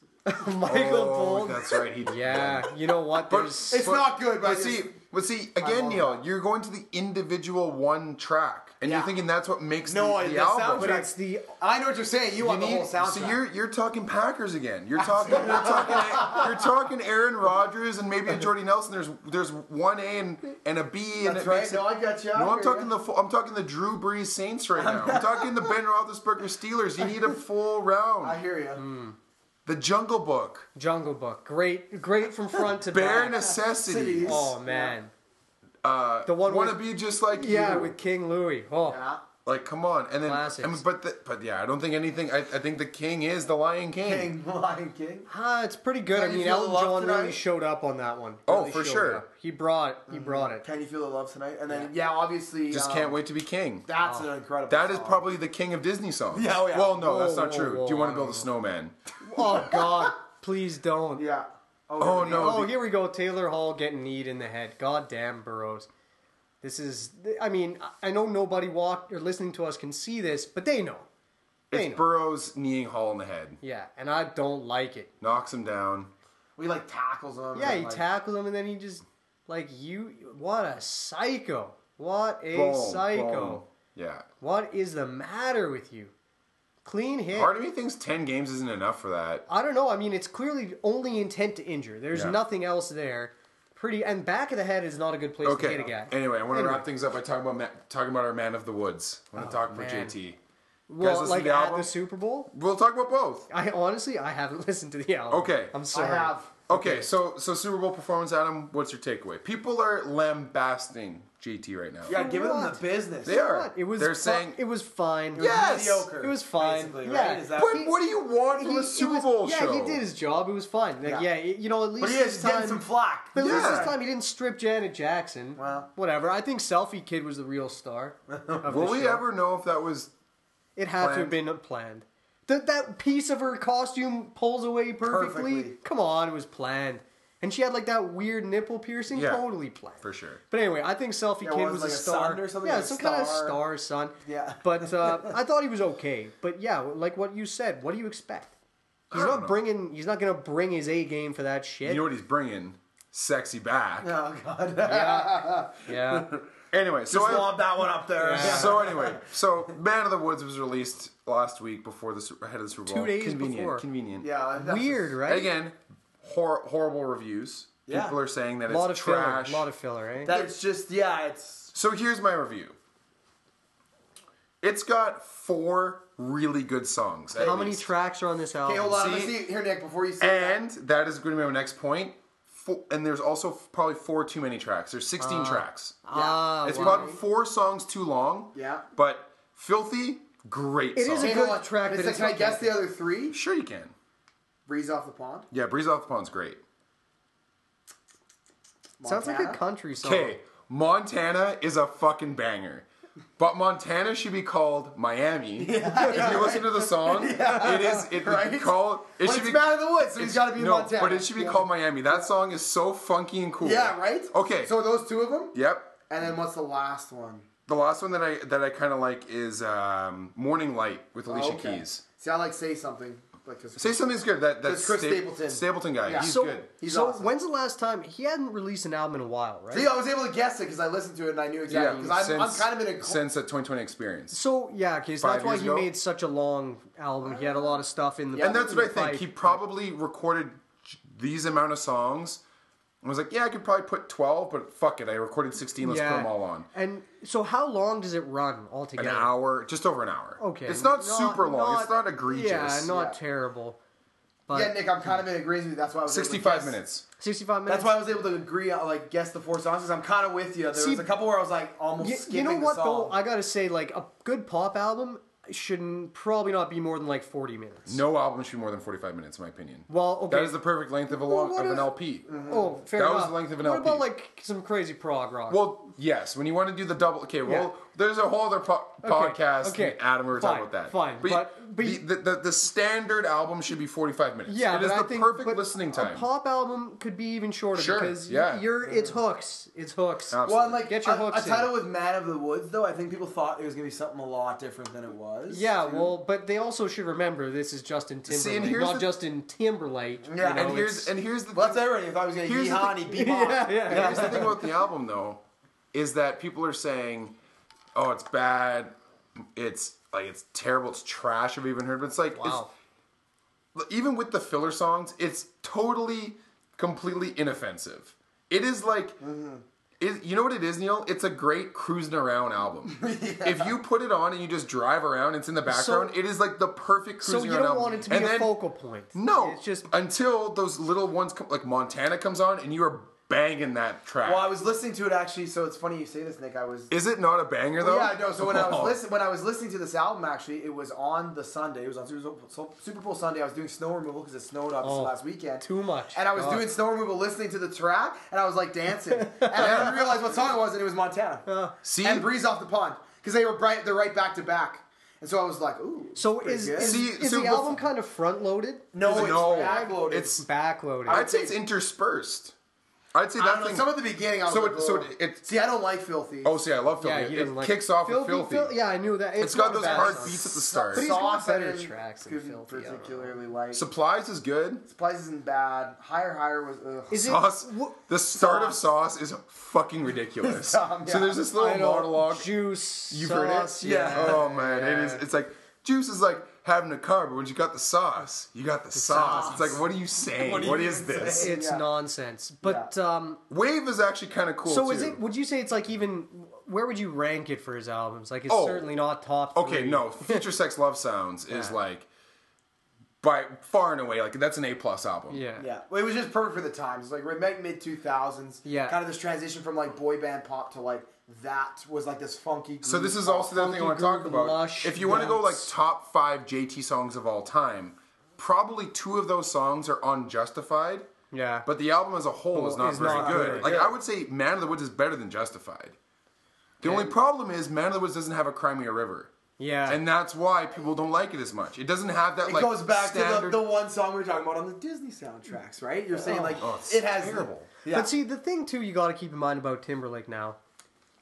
B: Michael
A: Oh,
B: Bolton.
A: That's right.
C: [LAUGHS]
A: He did.
B: Yeah, you know what?
A: But-
B: There's
C: It's not good, but,
A: But
C: I
A: see,
C: just-
A: but see again,
C: love
A: Neil.
C: that.
A: You're going to the individual one track, and
C: Yeah.
A: you're thinking that's what makes
C: No,
A: the, the
C: that
A: album.
B: but
C: soundtrack-
B: it's the
C: I know what you're saying. You,
A: You
C: want the
A: need-
C: whole soundtrack.
A: So you're you're talking Packers again. You're talking you're talking you're talking Aaron Rodgers and maybe a Jordy Nelson. There's there's one A and, and a B and
C: That's
A: it
C: right.
A: makes it-
C: No, I got you.
A: No, I'm
C: I hear
A: talking
C: ya.
A: the full, I'm talking the Drew Brees Saints right now.
C: [LAUGHS]
A: I'm talking the Ben Roethlisberger Steelers. You need a full
C: I
A: round.
C: hear you.
A: Hmm. The Jungle Book,
B: Jungle Book. Great, great from
A: [LAUGHS]
B: front to
A: bare
B: back.
A: necessities.
B: Oh man,
A: Uh,
B: The one
A: want to
B: with-
A: be just like
B: yeah,
A: you.
B: with King Louis. Oh,
C: Yeah.
A: like come on, and then
B: Classics.
A: I mean, but the, but yeah, I don't think anything. I, I think the King is the Lion King.
C: King, [LAUGHS] Lion King.
B: Ah, it's pretty good.
C: Can
B: I
C: you
B: mean,
C: feel
B: Elton
C: the love
B: John really
C: tonight?
B: showed up on that one.
A: Oh,
B: Really
A: for
B: showed
A: sure. Mm-hmm.
B: up. He brought, he brought it.
C: Can you feel the love tonight? And then yeah, obviously
A: Just
C: um,
A: can't wait to be king.
C: That's an incredible.
A: That is
C: song.
A: probably the king of Disney songs.
C: Yeah, oh yeah.
A: Well, no,
B: Whoa,
A: that's not
B: whoa,
A: true.
B: whoa,
A: Do you want
B: I
A: to build a
B: don't know.
A: snowman? [LAUGHS]
B: Oh God, please don't.
C: yeah.
A: Oh,
C: here we
A: no.
C: go.
B: Oh,
A: the-
B: here we go. Taylor Hall getting kneed in the head. God damn, Burrows. This is. I mean, I know nobody walk or listening to us can see this, but they know. They
A: It's
B: know.
A: Burrows kneeing Hall in the head,
B: Yeah, and I don't like it.
A: knocks him down.
C: We like tackles him.
B: Yeah,
C: and,
B: he
C: like,
B: tackled him, and then he just like you. What a psycho! What a
A: Boom,
B: psycho!
A: boom. Yeah.
B: What is the matter with you? Clean hit.
A: Part of me thinks ten games isn't enough for that.
B: I don't know. I mean, it's clearly only intent to injure. There's
A: Yeah.
B: nothing else there. Pretty and back of the head is not a good place to
A: Okay.
B: hit a guy.
A: Anyway, I want to
B: Anyway. Oh,
A: wrap things up by talking about Ma- talking about our man of the woods. I want to talk for
B: man.
A: JT.
B: well,
A: listen
B: like
A: to the
B: at
A: album?
B: the Super Bowl,
A: We'll talk about both.
B: I honestly I haven't [LAUGHS] listened to the album.
A: Okay. I
B: I'm sorry.
C: I have.
A: Okay, so so Super Bowl performance, Adam. What's your takeaway? People are lambasting JT right now.
C: Yeah, giving him the
B: What?
C: business.
A: They are.
B: It was.
A: They're
B: fi-
A: saying.
B: it was fine.
A: Yeah, Yes!
C: Mediocre.
B: It was fine.
C: basically,
B: Yeah.
C: Right? Is that
A: But what do you want
B: He-
A: from a
B: it
A: Super
B: was-
A: Bowl
B: yeah,
A: show?
B: he did his job. It was fine. Like, yeah,
C: Yeah.
B: it- you know, at least
C: But he
B: this
C: is
B: time,
C: getting some flack.
B: But at least
A: Yeah.
B: this time he didn't strip Janet Jackson.
C: Well.
B: whatever. I think Selfie Kid was the real star. of
A: Will
B: the
A: we
B: show.
A: ever know if that was?
B: It had to have been planned. That that piece of her costume pulls away perfectly.
C: Perfectly.
B: Come on, it was planned. And she had like that weird nipple piercing,
A: Yeah,
B: totally planned
A: for sure.
B: But anyway, I think Selfie
C: Yeah,
B: Kid
C: what,
B: was,
C: like
B: a
C: a
B: star.
C: sun or something?
B: Yeah,
C: Like a
B: some kind of
C: star?
B: star son.
C: Yeah.
B: But
C: [LAUGHS]
B: uh, I thought he was okay. But yeah, like what you said, what do you expect? He's
A: I don't
B: not
A: know.
B: bringing. He's not gonna bring his A game for that shit.
A: You know what he's bringing? Sexy back.
C: [LAUGHS] Oh God.
B: yeah.
A: Anyway, so
C: [LAUGHS] Just
A: I,
C: lob that one up there.
B: Yeah.
A: so anyway, so Man of the Woods was released last week before the Su- ahead of the Super Bowl.
B: days
A: convenient,
B: before.
A: Convenient.
C: Yeah, that's
B: Weird,
C: just-
A: And
B: right?
A: again, hor- horrible reviews.
C: Yeah.
A: People are saying that
B: a lot of
A: it's trash.
B: filler. A lot of filler, eh? right?
C: That's just yeah. It's
A: so here's my review. It's got four really good songs. at
B: How many
A: least.
B: tracks are on this album?
C: Hey, hold on.
A: See?
C: Let's see here, Nick. Before you say
A: And that is going to be my next point. Four, and there's also f- probably four too many tracks. There's 16
B: Uh,
A: tracks.
B: Ah,
A: it's
B: wow.
A: probably four songs too long.
C: Yeah.
A: But Filthy, great
B: It
A: song.
B: is a
C: that.
B: good
C: hold on.
B: track,
C: It's
B: but
C: like,
B: it's
C: can I
B: not
C: guess
B: that
C: the other three?
A: Sure, you can.
C: Breeze off the pond.
A: Yeah, Breeze Off the Pond's great.
B: sounds like a
C: Montana?
B: country song.
A: Okay, Montana is a fucking banger. But Montana should be called
C: [LAUGHS]
A: Miami. if you listen to the song, it is it
C: Right?
A: called it
C: Well,
A: should
C: it's
A: be
C: Man of the Woods, so he's
A: it's-
C: got to be in
A: no,
C: Montana.
A: But it should be
C: yeah.
A: called Miami. That song is so funky and cool.
C: Yeah, right.
A: Okay.
C: So those two of them.
A: Yep.
C: And then what's the last one?
A: The last one that I that I kind of like is um, Morning Light with Alicia
C: Okay.
A: Keys.
C: See, I like say something. Like 'cause-
A: Say something's good. That that's
C: It's Chris Stapleton.
A: Stapleton guy.
C: Yeah.
A: He's
B: So,
A: good.
C: He's
B: so
C: awesome.
B: when's the last time he hadn't released an album in a while, right?
C: See, I was able to guess it because I listened to it and I knew exactly. Because I'm, I'm
A: since-
C: kind of in a.
A: since the 2020 experience.
B: So yeah, okay, so
A: Five
B: that's why
A: years
B: he
A: ago?
B: made such a long album. He had a lot of stuff in the.
A: And that's what I think.
B: pipe.
A: He probably recorded these amount of songs. and was like, yeah, I could probably put 12, but fuck it. I recorded 16. Let's put them all on.
B: And so, how long does it run
A: An
B: altogether?
A: hour, just over an hour.
B: Okay,
A: It's not, super long. it's not egregious.
B: Yeah, not
C: Yeah.
B: terrible. But
C: yeah, Nick, I'm kind of in agreement with you. That's why I was able to
A: 65
C: guess.
A: minutes.
B: sixty-five minutes.
C: That's why I was able to agree on like guess the four songs because I'm kind of with you. There
B: See,
C: was a couple where I was like almost
B: Y-
C: skipping
B: you know
C: the
B: what
C: song.
B: though? I gotta say, like a good pop album shouldn't probably not be more than like forty minutes.
A: No album should be more than 45 minutes, in my opinion.
B: Well, okay.
A: That is the perfect length of a long,
B: what
A: of an
B: if-
A: LP.
C: Mm-hmm.
B: Oh, fair
A: That
B: enough.
A: was the length of an
B: what
A: LP.
B: about like some crazy prog rock?
A: Well, yes. When you want to do the double, okay. Well,
B: Yeah.
A: there's a whole other po- podcast.
B: okay.
A: Adam, we were
B: Fine,
A: talking about that.
B: fine, but-
A: but,
B: but-
A: the, the, the the standard album should be 45 minutes.
B: yeah,
A: it is
B: but
A: the
B: I think,
A: perfect
B: but
A: listening
B: A
A: time.
B: pop album could be even shorter
A: Sure,
B: because y-
A: yeah.
B: you're it's hooks, it's hooks.
A: Absolutely.
C: well, and like
B: Get your
C: a,
B: hooks
C: a
B: in.
C: title with Man of the Woods though, I think people thought it was gonna be something a lot different than it was.
B: Yeah,
C: too.
B: well, but they also should remember this is Justin Timberlake,
A: See, and here's
B: not
A: the-
B: Justin Timberlake. you
C: Yeah, and
B: know,
A: and here's
B: it's- [LAUGHS]
A: and here's the
C: Well, that's
A: thing,
C: everything. I thought it was gonna
A: Here's
C: be
A: the
C: honey,
A: thing-
C: be mom.
B: yeah, yeah.
A: here's the thing about the album though, is that people are saying, "Oh, it's bad. It's like it's terrible. It's trash." I've even heard, but it's like it's-
B: wow.
A: even with the filler songs, it's totally, completely inoffensive. It is like,
C: Mm-hmm.
A: it, you know what it is, Neil? It's a great cruising around
C: [LAUGHS]
A: album. If you put it on and you just drive around, it's in the background. it is like the perfect
B: So
A: cruising
B: you
A: around
B: don't
A: album.
B: want it to be
A: And
B: a
A: then-
B: focal point.
A: No,
B: it's just
A: until those little ones come, like Montana comes on, and you are banging that track.
C: Well, I was listening to it actually, so it's funny you say this, Nick. I was
A: is it not a banger though?
C: Yeah, no. So when I
A: [LAUGHS]
C: was
A: Oh.
C: listen, when I was listening to this album, actually, it was on the Sunday. It was on Super Bowl, so- Super Bowl Sunday. I was doing snow removal because it snowed obviously
B: Oh,
C: last weekend.
B: too much.
C: And I was
B: God.
C: doing snow removal, listening to the track, and I was like dancing. and I didn't realize what song it was, and it was Montana
A: see,
C: and Breeze off the pond because they were right, they're right back to back. And so I was like, ooh.
B: so
C: pretty
B: is
C: good.
B: is,
A: See,
B: is
A: so
B: the
A: bef-
B: album kind of front loaded?
C: no,
A: no,
C: it's backloaded.
A: it's
B: Backloaded.
A: I'd say it's interspersed. I'd say
C: I don't
A: that
C: know.
A: thing.
C: Some at the beginning, I was
A: so
C: like,
A: it- so
C: "Whoa."
A: it- it-
C: see, I don't like filthy.
A: oh, see, I love filthy.
B: he
A: it
B: doesn't like-
A: kicks off
B: filthy,
A: with filthy.
B: Fil- yeah, I knew that.
A: It's got
B: not
A: those
B: bad.
A: hard beats at the start.
B: But he's got
C: Sauce
B: better
C: I didn't-
B: tracks than
C: couldn't
B: Filthy, I don't know.
C: particularly like.
A: Supplies is good.
C: Supplies isn't bad. Higher, higher was. Ugh.
B: Is it?
A: Sauce.
B: wh-
A: The start of sauce is fucking ridiculous.
B: [LAUGHS]
C: Some,
A: So
C: yeah.
A: there's this
B: I
A: little
B: know,
A: monologue.
B: Juice.
A: You've heard it?
B: sauce, Yeah.
A: Oh man, it is. [LAUGHS] It's like juice is like having a car, but when you got the sauce, you got the, sauce. It's like, what are you
B: [LAUGHS]
A: saying?
C: What are
A: what
C: you
A: is
C: even
A: this?
C: saying?
B: It's
C: Yeah.
B: nonsense. But um,
A: Wave is actually kind of cool.
B: so
A: too.
B: is it? Would you say it's like even? Where would you rank it for his albums? Like it's
A: Oh.
B: certainly not top.
A: Okay,
B: three.
A: no.
B: [LAUGHS]
A: Future Sex Love Sounds is like by far and away like that's an A plus album.
B: Yeah.
C: Yeah, well, it was just perfect for the times. Like right mid two thousands.
B: Yeah.
C: kind of this transition from like boy band pop to like that was like this funky.
A: So this is
C: groove
A: also the other thing I want
B: Funky
A: to talk
B: Groove,
A: about.
B: Lush,
A: if you want to go like
B: Bounce.
A: top five JT songs of all time, probably two of those songs are on Justified.
B: Yeah.
A: But the album as a whole is not
B: Is
A: very
B: not
A: good.
B: good.
A: Like
C: Yeah.
A: I would say Man of the Woods is better than Justified. The only problem is Man of the Woods doesn't have a Crimea River.
B: Yeah.
A: And that's why people don't like it as much. It doesn't have that
C: It
A: like
C: goes back
A: standard
C: to the, the one song we were talking about on the Disney soundtracks, right? You're saying like
A: Oh, it's
C: it has
A: terrible.
C: Yeah.
B: But see, the thing too, you got to keep in mind about Timberlake now.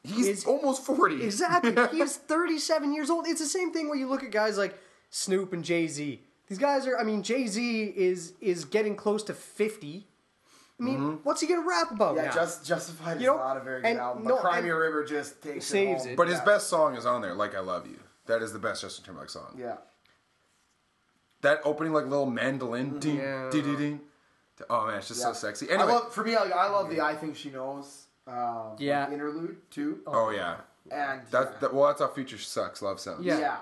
A: He's
B: is-
A: almost 40.
B: [LAUGHS] Exactly. He's 37 years old. It's the same thing when you look at guys like Snoop and Jay Z. These guys are. I mean, Jay Z is is getting close to 50. I mean, what's he gonna rap about?
C: yeah,
B: now?
C: Just Justified
B: You know,
C: is not a very good
B: and
C: album.
B: no,
C: but Crimea
B: and-
C: River just takes
B: Saves it.
C: it.
A: [LAUGHS]
C: Home.
A: But his
C: Yeah.
A: best song is on there, like I Love You. That is the best Justin Timberlake song.
C: Yeah.
A: That opening like little mandolin ding
B: Yeah.
A: ding ding ding. Oh man, it's just
C: Mm-hmm. Yeah.
A: so sexy. Anyway,
C: I love, for me, like, I love the I Think She Knows um,
B: Yeah.
C: like, interlude too.
A: oh yeah.
C: And
A: That's that, well that's how future sucks love sounds.
B: Yeah.
C: yeah.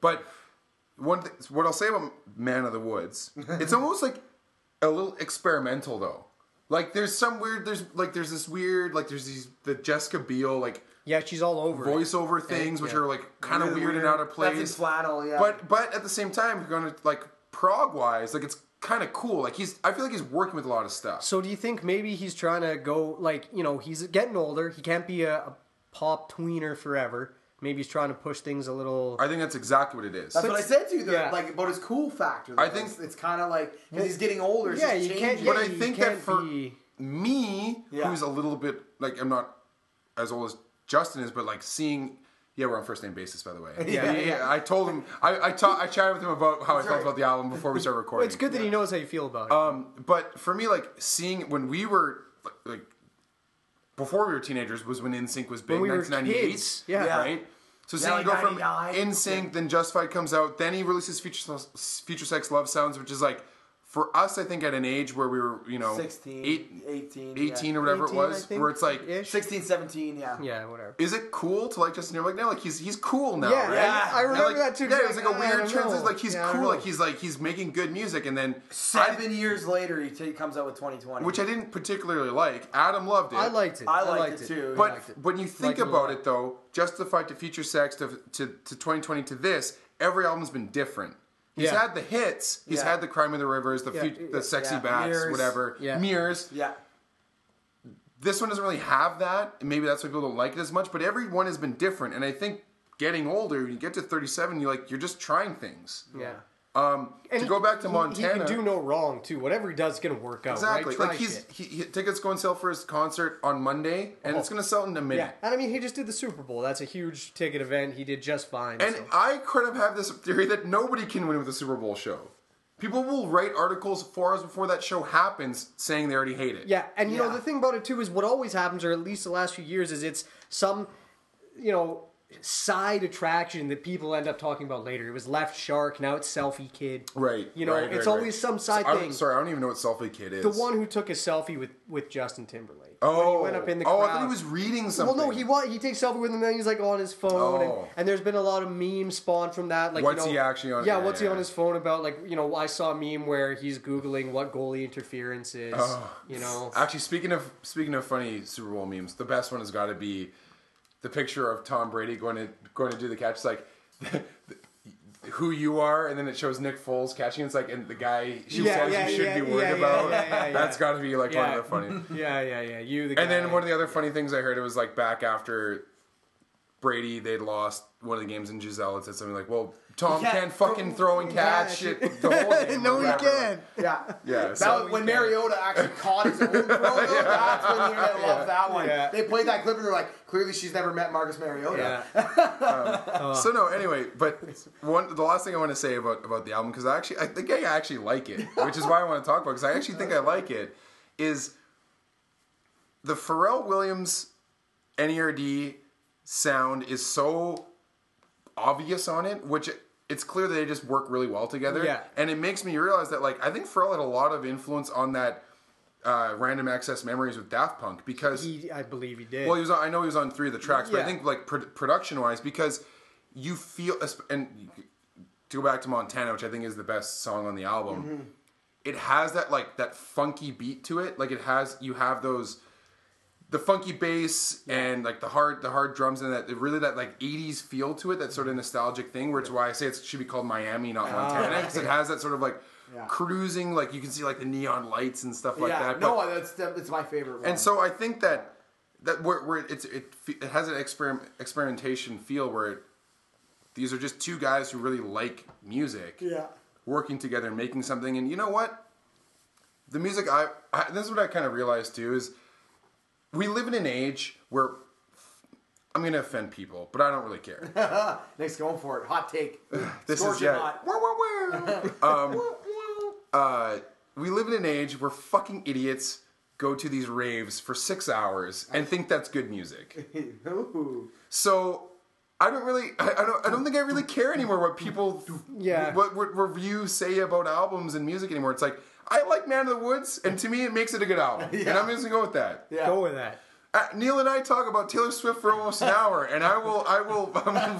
A: But one th- what I'll say about Man of the
C: [LAUGHS]
A: Woods, it's almost like a little experimental though. Like there's some weird there's like there's this weird like there's these the Jessica Biel like
B: yeah, she's all over. it.
A: voiceover things which
B: yeah.
A: are like kind of
C: Really
A: weird and out of place.
C: That's in flannel, yeah.
A: But but at the same time, if you're going to like prog wise, like it's kind of cool. Like he's I feel like he's working with a lot of stuff.
B: So do you think maybe he's trying to go like you know he's getting older? He can't be a, a pop tweener forever. Maybe he's trying to push things a little.
A: I think that's exactly what it is.
C: that's what I said to you, though,
B: yeah.
C: like about his cool factor.
A: I
C: though.
A: think-
C: it's, kind of like because he's getting older. it's
B: yeah,
C: just
B: you can't.
C: changing.
B: Yeah,
A: But I
B: you
A: think that
B: can't
A: for-
B: be,
A: Me,
C: Yeah.
A: who's a little bit like I'm not as old as Justin is, but like seeing. Yeah, we're on first name basis, by the way.
B: [LAUGHS] Yeah.
A: I told him. I I, ta- I chatted with him about how I felt
C: right.
A: about the album before we started recording.
B: it's good that he knows how you feel about it.
A: Um, but for me, like seeing when we were like, like before we were teenagers was when NSYNC was big,
B: When we were
A: 1998,
B: kids, yeah.
C: Yeah.
A: right. So seeing
C: like
A: you go from
C: 99.
A: NSYNC, then Justified comes out, then he releases Future Se- Future Sex Love Sounds, which is like for us, I think at an age where we were, you know,
C: 16,
A: eight-
C: 18,
A: 18
C: yeah.
A: or whatever
B: 18,
A: it was,
B: I think,
A: where it's like,
B: ish.
C: 16, 17, yeah.
B: yeah, whatever.
A: is it cool to like Justin Timberlake now? Like he's he's cool now,
B: Yeah,
A: right?
C: Yeah.
B: I, I
A: And,
B: remember
A: like,
B: that too.
A: Yeah, it was
B: It's
A: like a
B: "Oh, I
A: weird
B: don't
A: transition.
B: know.
A: Like he's
B: Yeah, I don't
A: cool. Like
B: know.
A: he's like he's making good music, and then
C: Seven years later, he t- comes out with 2020.
A: which I didn't particularly like. Adam loved it.
B: I liked it.
C: I liked it too,
A: But
C: I
A: f- when you think
B: Liked it a
A: about
B: lot.
A: it, though, Justified to Future Sex to, to, to 2020 to this, every album's been different. He's
B: Yeah.
A: had the hits. He's
C: Yeah.
A: had the Crime of the Rivers, the
B: Yeah,
A: fut- the sexy
C: yeah.
A: bats,
C: Mirrors.
A: whatever
B: Yeah.
A: mirrors.
C: yeah.
A: This one doesn't really have that. and Maybe that's why people don't like it as much. But every one has been different, and I think getting older, you get to 37, you like you're just trying things.
B: yeah.
A: Um, to
B: he-
A: go back to
B: he-
A: Montana,
B: he can do no wrong too. Whatever he does, is gonna work out.
A: Exactly.
B: Right? Try
A: Like he's
B: shit. Oh.
A: he, he- tickets go and sell for his concert on Monday, and it's gonna sell in a minute.
B: Yeah, and I mean, he just did the Super Bowl. That's a huge ticket event. He did just fine.
A: And
B: so.
A: I kind of have this theory that nobody can win with a Super Bowl show. People will write articles four hours before that show happens saying they already hate it.
B: Yeah, and you know
C: Yeah.
B: the thing about it too is what always happens, or at least the last few years, is it's some, you know, side attraction that people end up talking about later. It was Left Shark, now it's Selfie Kid.
A: Right.
B: You know,
A: right, right,
B: it's
A: right.
B: always some side
A: I don't-
B: thing.
A: Sorry, I don't even know what selfie kid is.
B: The one who took a selfie with with Justin Timberlake.
A: Oh.
B: when he went up in the
A: oh,
B: crowd.
A: I thought he was reading
B: Well,
A: something.
B: no, he wa- he takes selfie with him, and then he's like on his phone,
A: Oh.
B: and, and there's been a lot of memes spawned from that. Like,
A: What's
B: you know,
A: he actually on-
B: Yeah,
A: yeah,
B: what's
A: yeah.
B: he on his phone about? Like, you know, I saw a meme where he's googling what goalie interference is.
A: Oh.
B: You know,
A: Actually, speaking of speaking of funny Super Bowl memes, the best one has got to be the picture of Tom Brady going to going to do the catch. It's like. [LAUGHS] Who you are, and then it shows Nick Foles catching. It's like, and the guy she
B: Yeah,
A: says
B: yeah,
A: you should
B: yeah,
A: be worried
B: yeah, yeah,
A: about.
B: yeah, yeah, yeah.
A: That's got to be like one
B: [LAUGHS] Yeah.
A: of the funny.
B: yeah, yeah, yeah. You the
A: And
B: guy.
A: then one of the other funny things I heard it was like back after Brady, they'd lost one of the games, and Giselle had said something like, "Well, Tom
C: Yeah,
A: can't fucking
C: oh,
A: throw and catch
B: yeah.
A: it the
B: [LAUGHS]
A: whole game."
D: no,
A: or
D: he
A: whatever.
D: can.
C: [LAUGHS] Yeah.
A: Yeah,
C: That
A: so-
C: was when Mariota actually caught his own throw. though, That's when the internet loved that one.
B: Yeah.
C: They played that clip and they're like, clearly she's never met Marcus Mariota.
B: Yeah.
A: So no, anyway, but one the last thing I want to say about about the album because I actually I think I actually like it, which is why I want to talk about because I actually think I like it is the Pharrell Williams NERD sound is so obvious on it, which it's clear that they just work really well together.
B: Yeah.
A: and it makes me realize that like I think Pharrell had a lot of influence on that uh, Random Access Memories with Daft Punk because
B: [LAUGHS] He, I believe he did.
A: well, he was. On, I know he was on three of the tracks, but I
B: Yeah.
A: think like pro- production wise, because you feel and to go back to Montana, which I think is the best song on the album.
C: Mm-hmm.
A: It has that like that funky beat to it. Like it has you have those the funky bass and like the hard the hard drums and that really that like 80s feel to it that sort of nostalgic thing which is why i say it should be called miami not montana because it has that sort of like
C: Ah. [LAUGHS] Yeah.
A: cruising like you can see like the neon lights and stuff like
C: yeah.
A: that
C: no, that's it's my favorite one.
A: and so I think that that where, where it's it, fe- it has an experiment experimentation feel where it, these are just two guys who really like music
C: yeah.
A: working together and making something. And you know what? The music I, I this is what I kind of realized too is we live in an age where I'm gonna offend people, but I don't really care.
C: Nick's going for it. Hot take.
A: this
C: Scorch
A: is
C: or
A: yeah.
C: not. [LAUGHS]
A: um, uh, we live in an age where fucking idiots go to these raves for six hours and think that's good music.
C: Ooh.
A: So I don't really, I, I don't, I don't think I really care anymore what people,
B: Yeah.
A: what, what reviews say about albums and music anymore. It's like I like Man of the Woods, and to me, it makes it a good
B: [LAUGHS]
A: album, and I'm just gonna go with that.
C: Yeah.
B: Go with that.
A: Uh, Neil and I talk about Taylor Swift for almost an hour, and I will, I will, [LAUGHS] I'm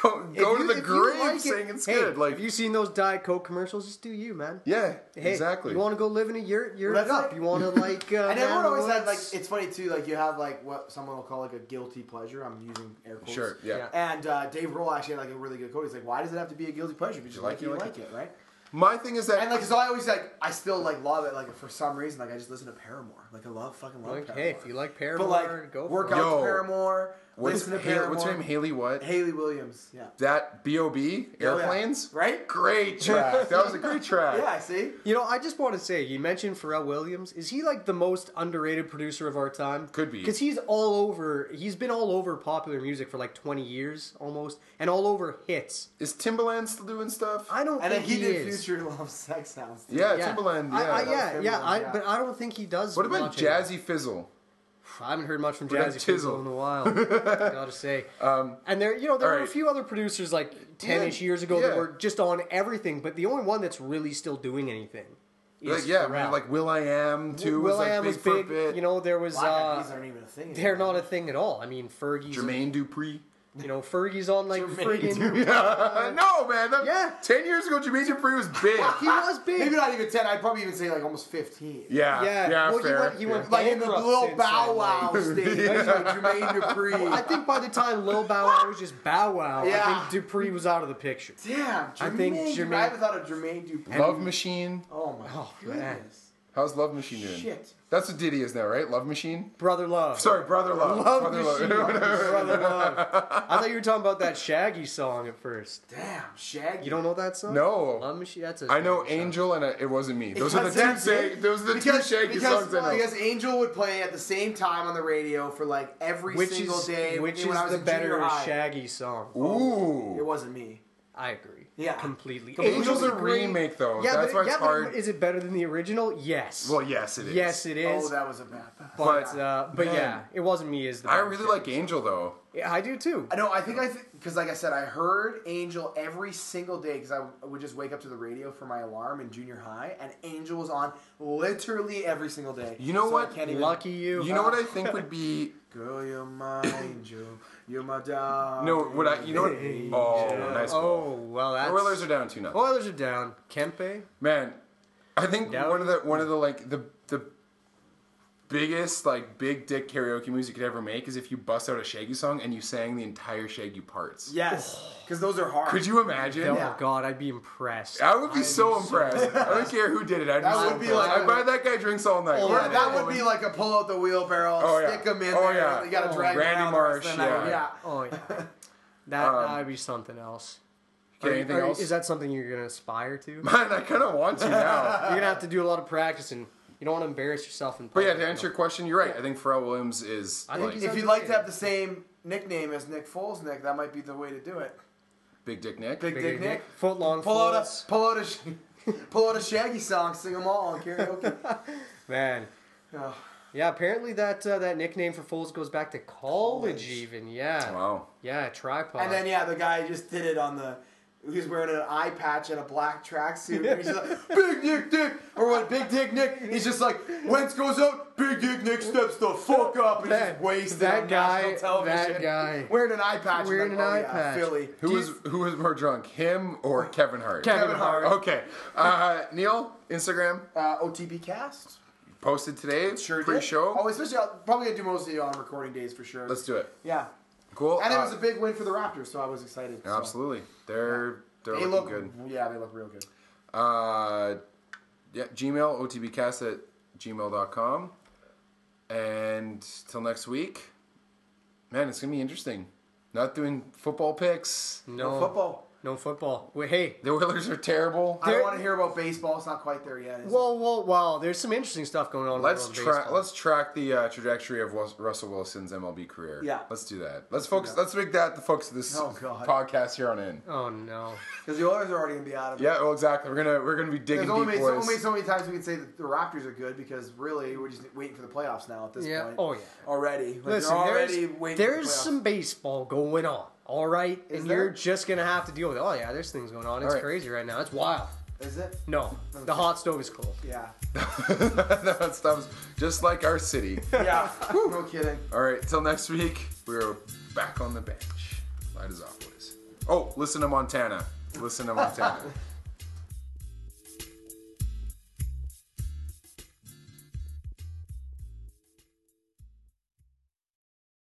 A: go, go
B: If
A: to
B: you-
A: the
B: if you
A: grave
B: like it-
A: saying it's
B: hey,
A: good. Like,
B: have you seen those Diet Coke commercials? Just do you, man.
A: yeah,
B: Hey,
A: exactly.
B: You want to go live in a yurt? Yurt
C: Well,
B: it
C: that's
B: up.
C: like-
B: you [LAUGHS] want to like? Uh, man
C: And everyone
B: the
C: always had like
B: woods?
C: it's funny too. Like you have like what someone will call like a guilty pleasure. I'm using air quotes.
A: Sure, yeah.
C: And uh, Dave Roll actually had like a really good quote. He's like, "Why does it have to be a guilty pleasure? Because you like it, you like it, right?"
A: My thing is that
C: And like, so I always like, I still like love it. Like for some reason, like I just listen to Paramore. Like I love fucking love
B: Like,
C: Paramore.
B: hey, if you like Paramore,
C: but like,
B: go
C: work
B: for
C: out
B: it.
A: Yo.
C: to Paramore.
A: what's,
C: listen to
A: Haley,
C: Paramore.
A: what's her name? Haley what?
C: Haley Williams. Yeah.
A: That B.O.B.
B: Oh,
A: Airplanes?
C: yeah. Right?
A: Great
B: [LAUGHS]
A: track. that was a great track.
C: Yeah. See.
B: You know, I just want to say, you mentioned Pharrell Williams. Is he like the most underrated producer of our time?
A: Could be.
B: Because he's all over, he's been all over popular music for like 20 years almost, and all over hits.
A: Is Timbaland still doing stuff?
B: I don't
C: And then
B: think
C: he, did
B: is.
C: Future Love Sex Sounds. too.
A: yeah, Timbaland. Yeah.
B: I, I, yeah,
C: Timbaland,
B: yeah, I,
C: yeah.
B: But I don't think he does.
A: What about
B: much anymore.
A: Jazzy Fizzle?
B: I haven't heard much from
A: about
B: Jazzy Fizzle
A: Tizzle?
B: in
A: [LAUGHS]
B: a while. gotta say. Um, and there, you know, there were a
A: right.
B: few other producers like ten-ish
A: Yeah,
B: years ago
A: yeah.
B: that were just on everything, but the only one that's really still doing anything. Is
A: Like, yeah,
B: Pharrell.
A: man, like Will I Am too.
B: Will
A: was, like,
B: I Am
A: big
B: was
A: for a
B: big.
A: bit.
B: You know, there was.
C: Black Eyed Peas
B: Uh,
C: aren't even a thing.
B: they're
C: anymore.
B: not a thing at all. I mean, Fergie's.
A: Jermaine
B: [LAUGHS]
A: Dupri. [LAUGHS]
B: You know, Fergie's on like
C: Jermaine
B: friggin'.
A: Uh, no, man. That,
B: Yeah.
A: Ten years ago, Jermaine Dupri was big.
B: He was big.
C: Maybe not even ten. I'd probably even say like almost fifteen.
A: [LAUGHS] yeah, yeah,
B: Yeah, well, he
A: fair.
B: went- he
A: yeah.
B: went-
C: Like in the
B: Bankrupt
C: little
B: since
C: Bow
B: then,
C: Wow
B: like-
C: stage, with Jermaine Dupri.
B: I think by the time Lil Bow Wow was just Bow Wow,
C: Yeah.
B: I think Dupree was out of the picture.
C: Damn, Jermaine. I
B: I think Jermaine-
C: I haven't thought of Jermaine Dupri.
A: Love Machine.
C: Oh my
B: Oh, man.
C: goodness.
A: How's Love Machine doing?
C: Shit.
A: That's what Diddy is now, right? Love Machine.
B: Brother Love.
A: Sorry, Brother Love.
B: Love
A: Brother [LAUGHS]
B: Machine. Brother Love. I thought you were talking about that Shaggy song at first.
C: Damn, Shaggy.
B: You don't know that song?
A: No.
B: Love Machine. That's a
A: I know
B: Shaggy song.
A: Angel and uh, It Wasn't Me. Those are the two
C: Because that's
A: say,
C: it.
A: those are the
C: because,
A: two shaky
C: because,
A: songs I know.
C: Because Angel would play at the same time on the radio for like every
B: Which
C: single
B: is
C: day.
B: which is
C: when I was
B: the
C: in junior
B: better
C: high.
B: Shaggy song?
C: It
A: Ooh.
C: wasn't me.
B: I agree.
C: Yeah.
B: completely.
A: Angel's a
B: great-
A: remake though.
B: Yeah,
A: That's why
B: but,
A: it's
B: yeah, but
A: hard.
B: is it better than the original? Yes.
A: well, yes, it is.
B: yes, it is.
C: Oh, that was a bad.
B: but
A: but,
B: uh, but
A: man.
B: yeah, it wasn't me. Is the
A: I
B: better
A: really
B: Shaggy.
A: like Angel though.
B: Yeah, I do too.
C: I know. I think I because like I said, I heard Angel every single day because I w- would just wake up to the radio for my alarm in junior high, and Angel was on literally every single day.
A: You know
C: So I
A: what?
C: can't even-
B: Lucky you.
A: You know what I think would be
C: Girl, you're my angel. You're my dog.
A: no. What I you know? What, oh, nice. Oh,
B: Oh well, that's
A: Oilers are down two nothing.
B: Oilers are down. Kempe.
A: Man, I think
B: Down.
A: one of the one of the like the the biggest like big dick karaoke moves you could ever make is if you bust out a Shaggy song and you sang the entire Shaggy parts.
C: Yes, because those are hard.
A: Could you imagine?
B: Oh
C: Yeah.
B: God, I'd be impressed.
A: I would be so impressed. I don't care who did it. I'd
C: That
A: be so
C: would be
A: impressed.
C: like- Oh,
A: I'd buy that guy drinks all night.
C: Or
A: Or
C: that would be like a pull out the wheelbarrow,
A: Oh, yeah.
C: stick them in
A: Oh,
C: there,
A: yeah.
C: and you gotta
A: Oh,
C: drag 'em
A: Randy
C: around the rest of
A: Marsh,
C: the night.
A: yeah.
B: Oh [LAUGHS] yeah, that that'd be something else.
A: Okay,
B: Are-
A: anything
B: are-
A: else?
B: Is that something you're gonna aspire to? You're
A: Man, I kind of want to now.
B: gonna have to do a lot of practice, and you don't want to embarrass yourself. In
A: But yeah,
B: public,
A: to
B: [LAUGHS]
A: answer your question, you're right. I think Pharrell Williams is
B: I think
A: like
B: he's
C: If you'd like to have the same nickname as Nick Foles, Nick, that might be the way to do it.
A: Big Dick Nick.
C: Big,
B: you know,
C: Dick
B: big
C: Nick.
B: foot long,
C: Pull out a
B: folds.
C: pull out a sh- [LAUGHS] pull out a Shaggy song, sing them all on karaoke.
A: [LAUGHS]
B: man.
C: Oh,
B: Yeah, apparently that uh, that nickname for Foles goes back to college,
C: College.
B: even. Yeah,
A: Wow.
B: yeah, tripod.
C: And then yeah, the guy just did it on the. He was wearing an eye patch and a black tracksuit. and He's just
B: [LAUGHS]
C: like, Big Nick Nick! Or what, Big Dick Nick? He's just like, Wentz goes out, Big Dick Nick steps the fuck up and
B: That-
C: just wasted
B: that
C: on
B: guy-
C: national television.
B: that guy.
C: [LAUGHS] Wearing an eye patch.
B: Wearing
C: like,
B: an
C: oh,
B: eye
C: yeah,
B: patch.
C: Philly.
A: Who
B: Do you-
A: was who was more drunk, him or Kevin Hart?
B: Kevin
C: Kevin Hart.
A: Okay. Uh, Neil, Instagram
C: Uh, OTB cast.
A: posted today.
C: Sure did.
A: Pre-show.
C: Oh, especially, I'll probably gonna do most of you on recording days for sure.
A: Let's do it.
C: yeah.
A: Cool.
C: And it was
A: Uh,
C: a big win for the Raptors, so I was excited. so.
A: absolutely. They're they're
C: They
A: looking
C: look
A: good.
C: Yeah, they look real good.
A: Uh, yeah, Gmail, otbcast at gmail.com. And till next week, man, it's going to be interesting. Not doing football picks.
B: no,
C: Football.
B: no football. Wait, hey,
A: The Oilers are terrible.
C: I
B: There-
C: want to hear about baseball. It's not quite there yet. Is it?
B: whoa, whoa, wow! There's some interesting stuff going on. in the
A: Let's
B: world of
A: track.
B: baseball.
A: Let's track the uh, trajectory of Wus- Russell Wilson's MLB career.
C: Yeah.
A: let's do that. Let's focus. Let's make that the focus of this
C: Oh, God.
A: podcast here on in.
B: Oh no.
C: Because the Oilers are already going to be out of it.
A: Yeah, well, exactly. We're gonna we're gonna be digging
C: There's
A: deep,
C: only, so,
A: boys.
C: only so many times we can say that the Raptors are good because really we're just waiting for the playoffs now at this
B: Yeah.
C: point.
B: Oh, yeah.
C: Already. Like,
B: Listen,
C: they're already
B: there's,
C: waiting
B: there's
C: for the playoffs.
B: some baseball going on, all right?
C: Is
B: and
C: there?
B: you're just going to have to deal with it. Oh, yeah, there's things going on. It's
A: right.
B: crazy right now. It's wild.
C: Is it?
B: No, the hot stove is cold.
C: Yeah.
A: [LAUGHS]
B: [LAUGHS]
A: that stuff's just like our city.
C: [LAUGHS] Yeah. no kidding.
A: All right, till next week, we're
C: [LAUGHS]
A: back on the bench. Light is off, boys. Oh, listen to Montana. Listen to Montana.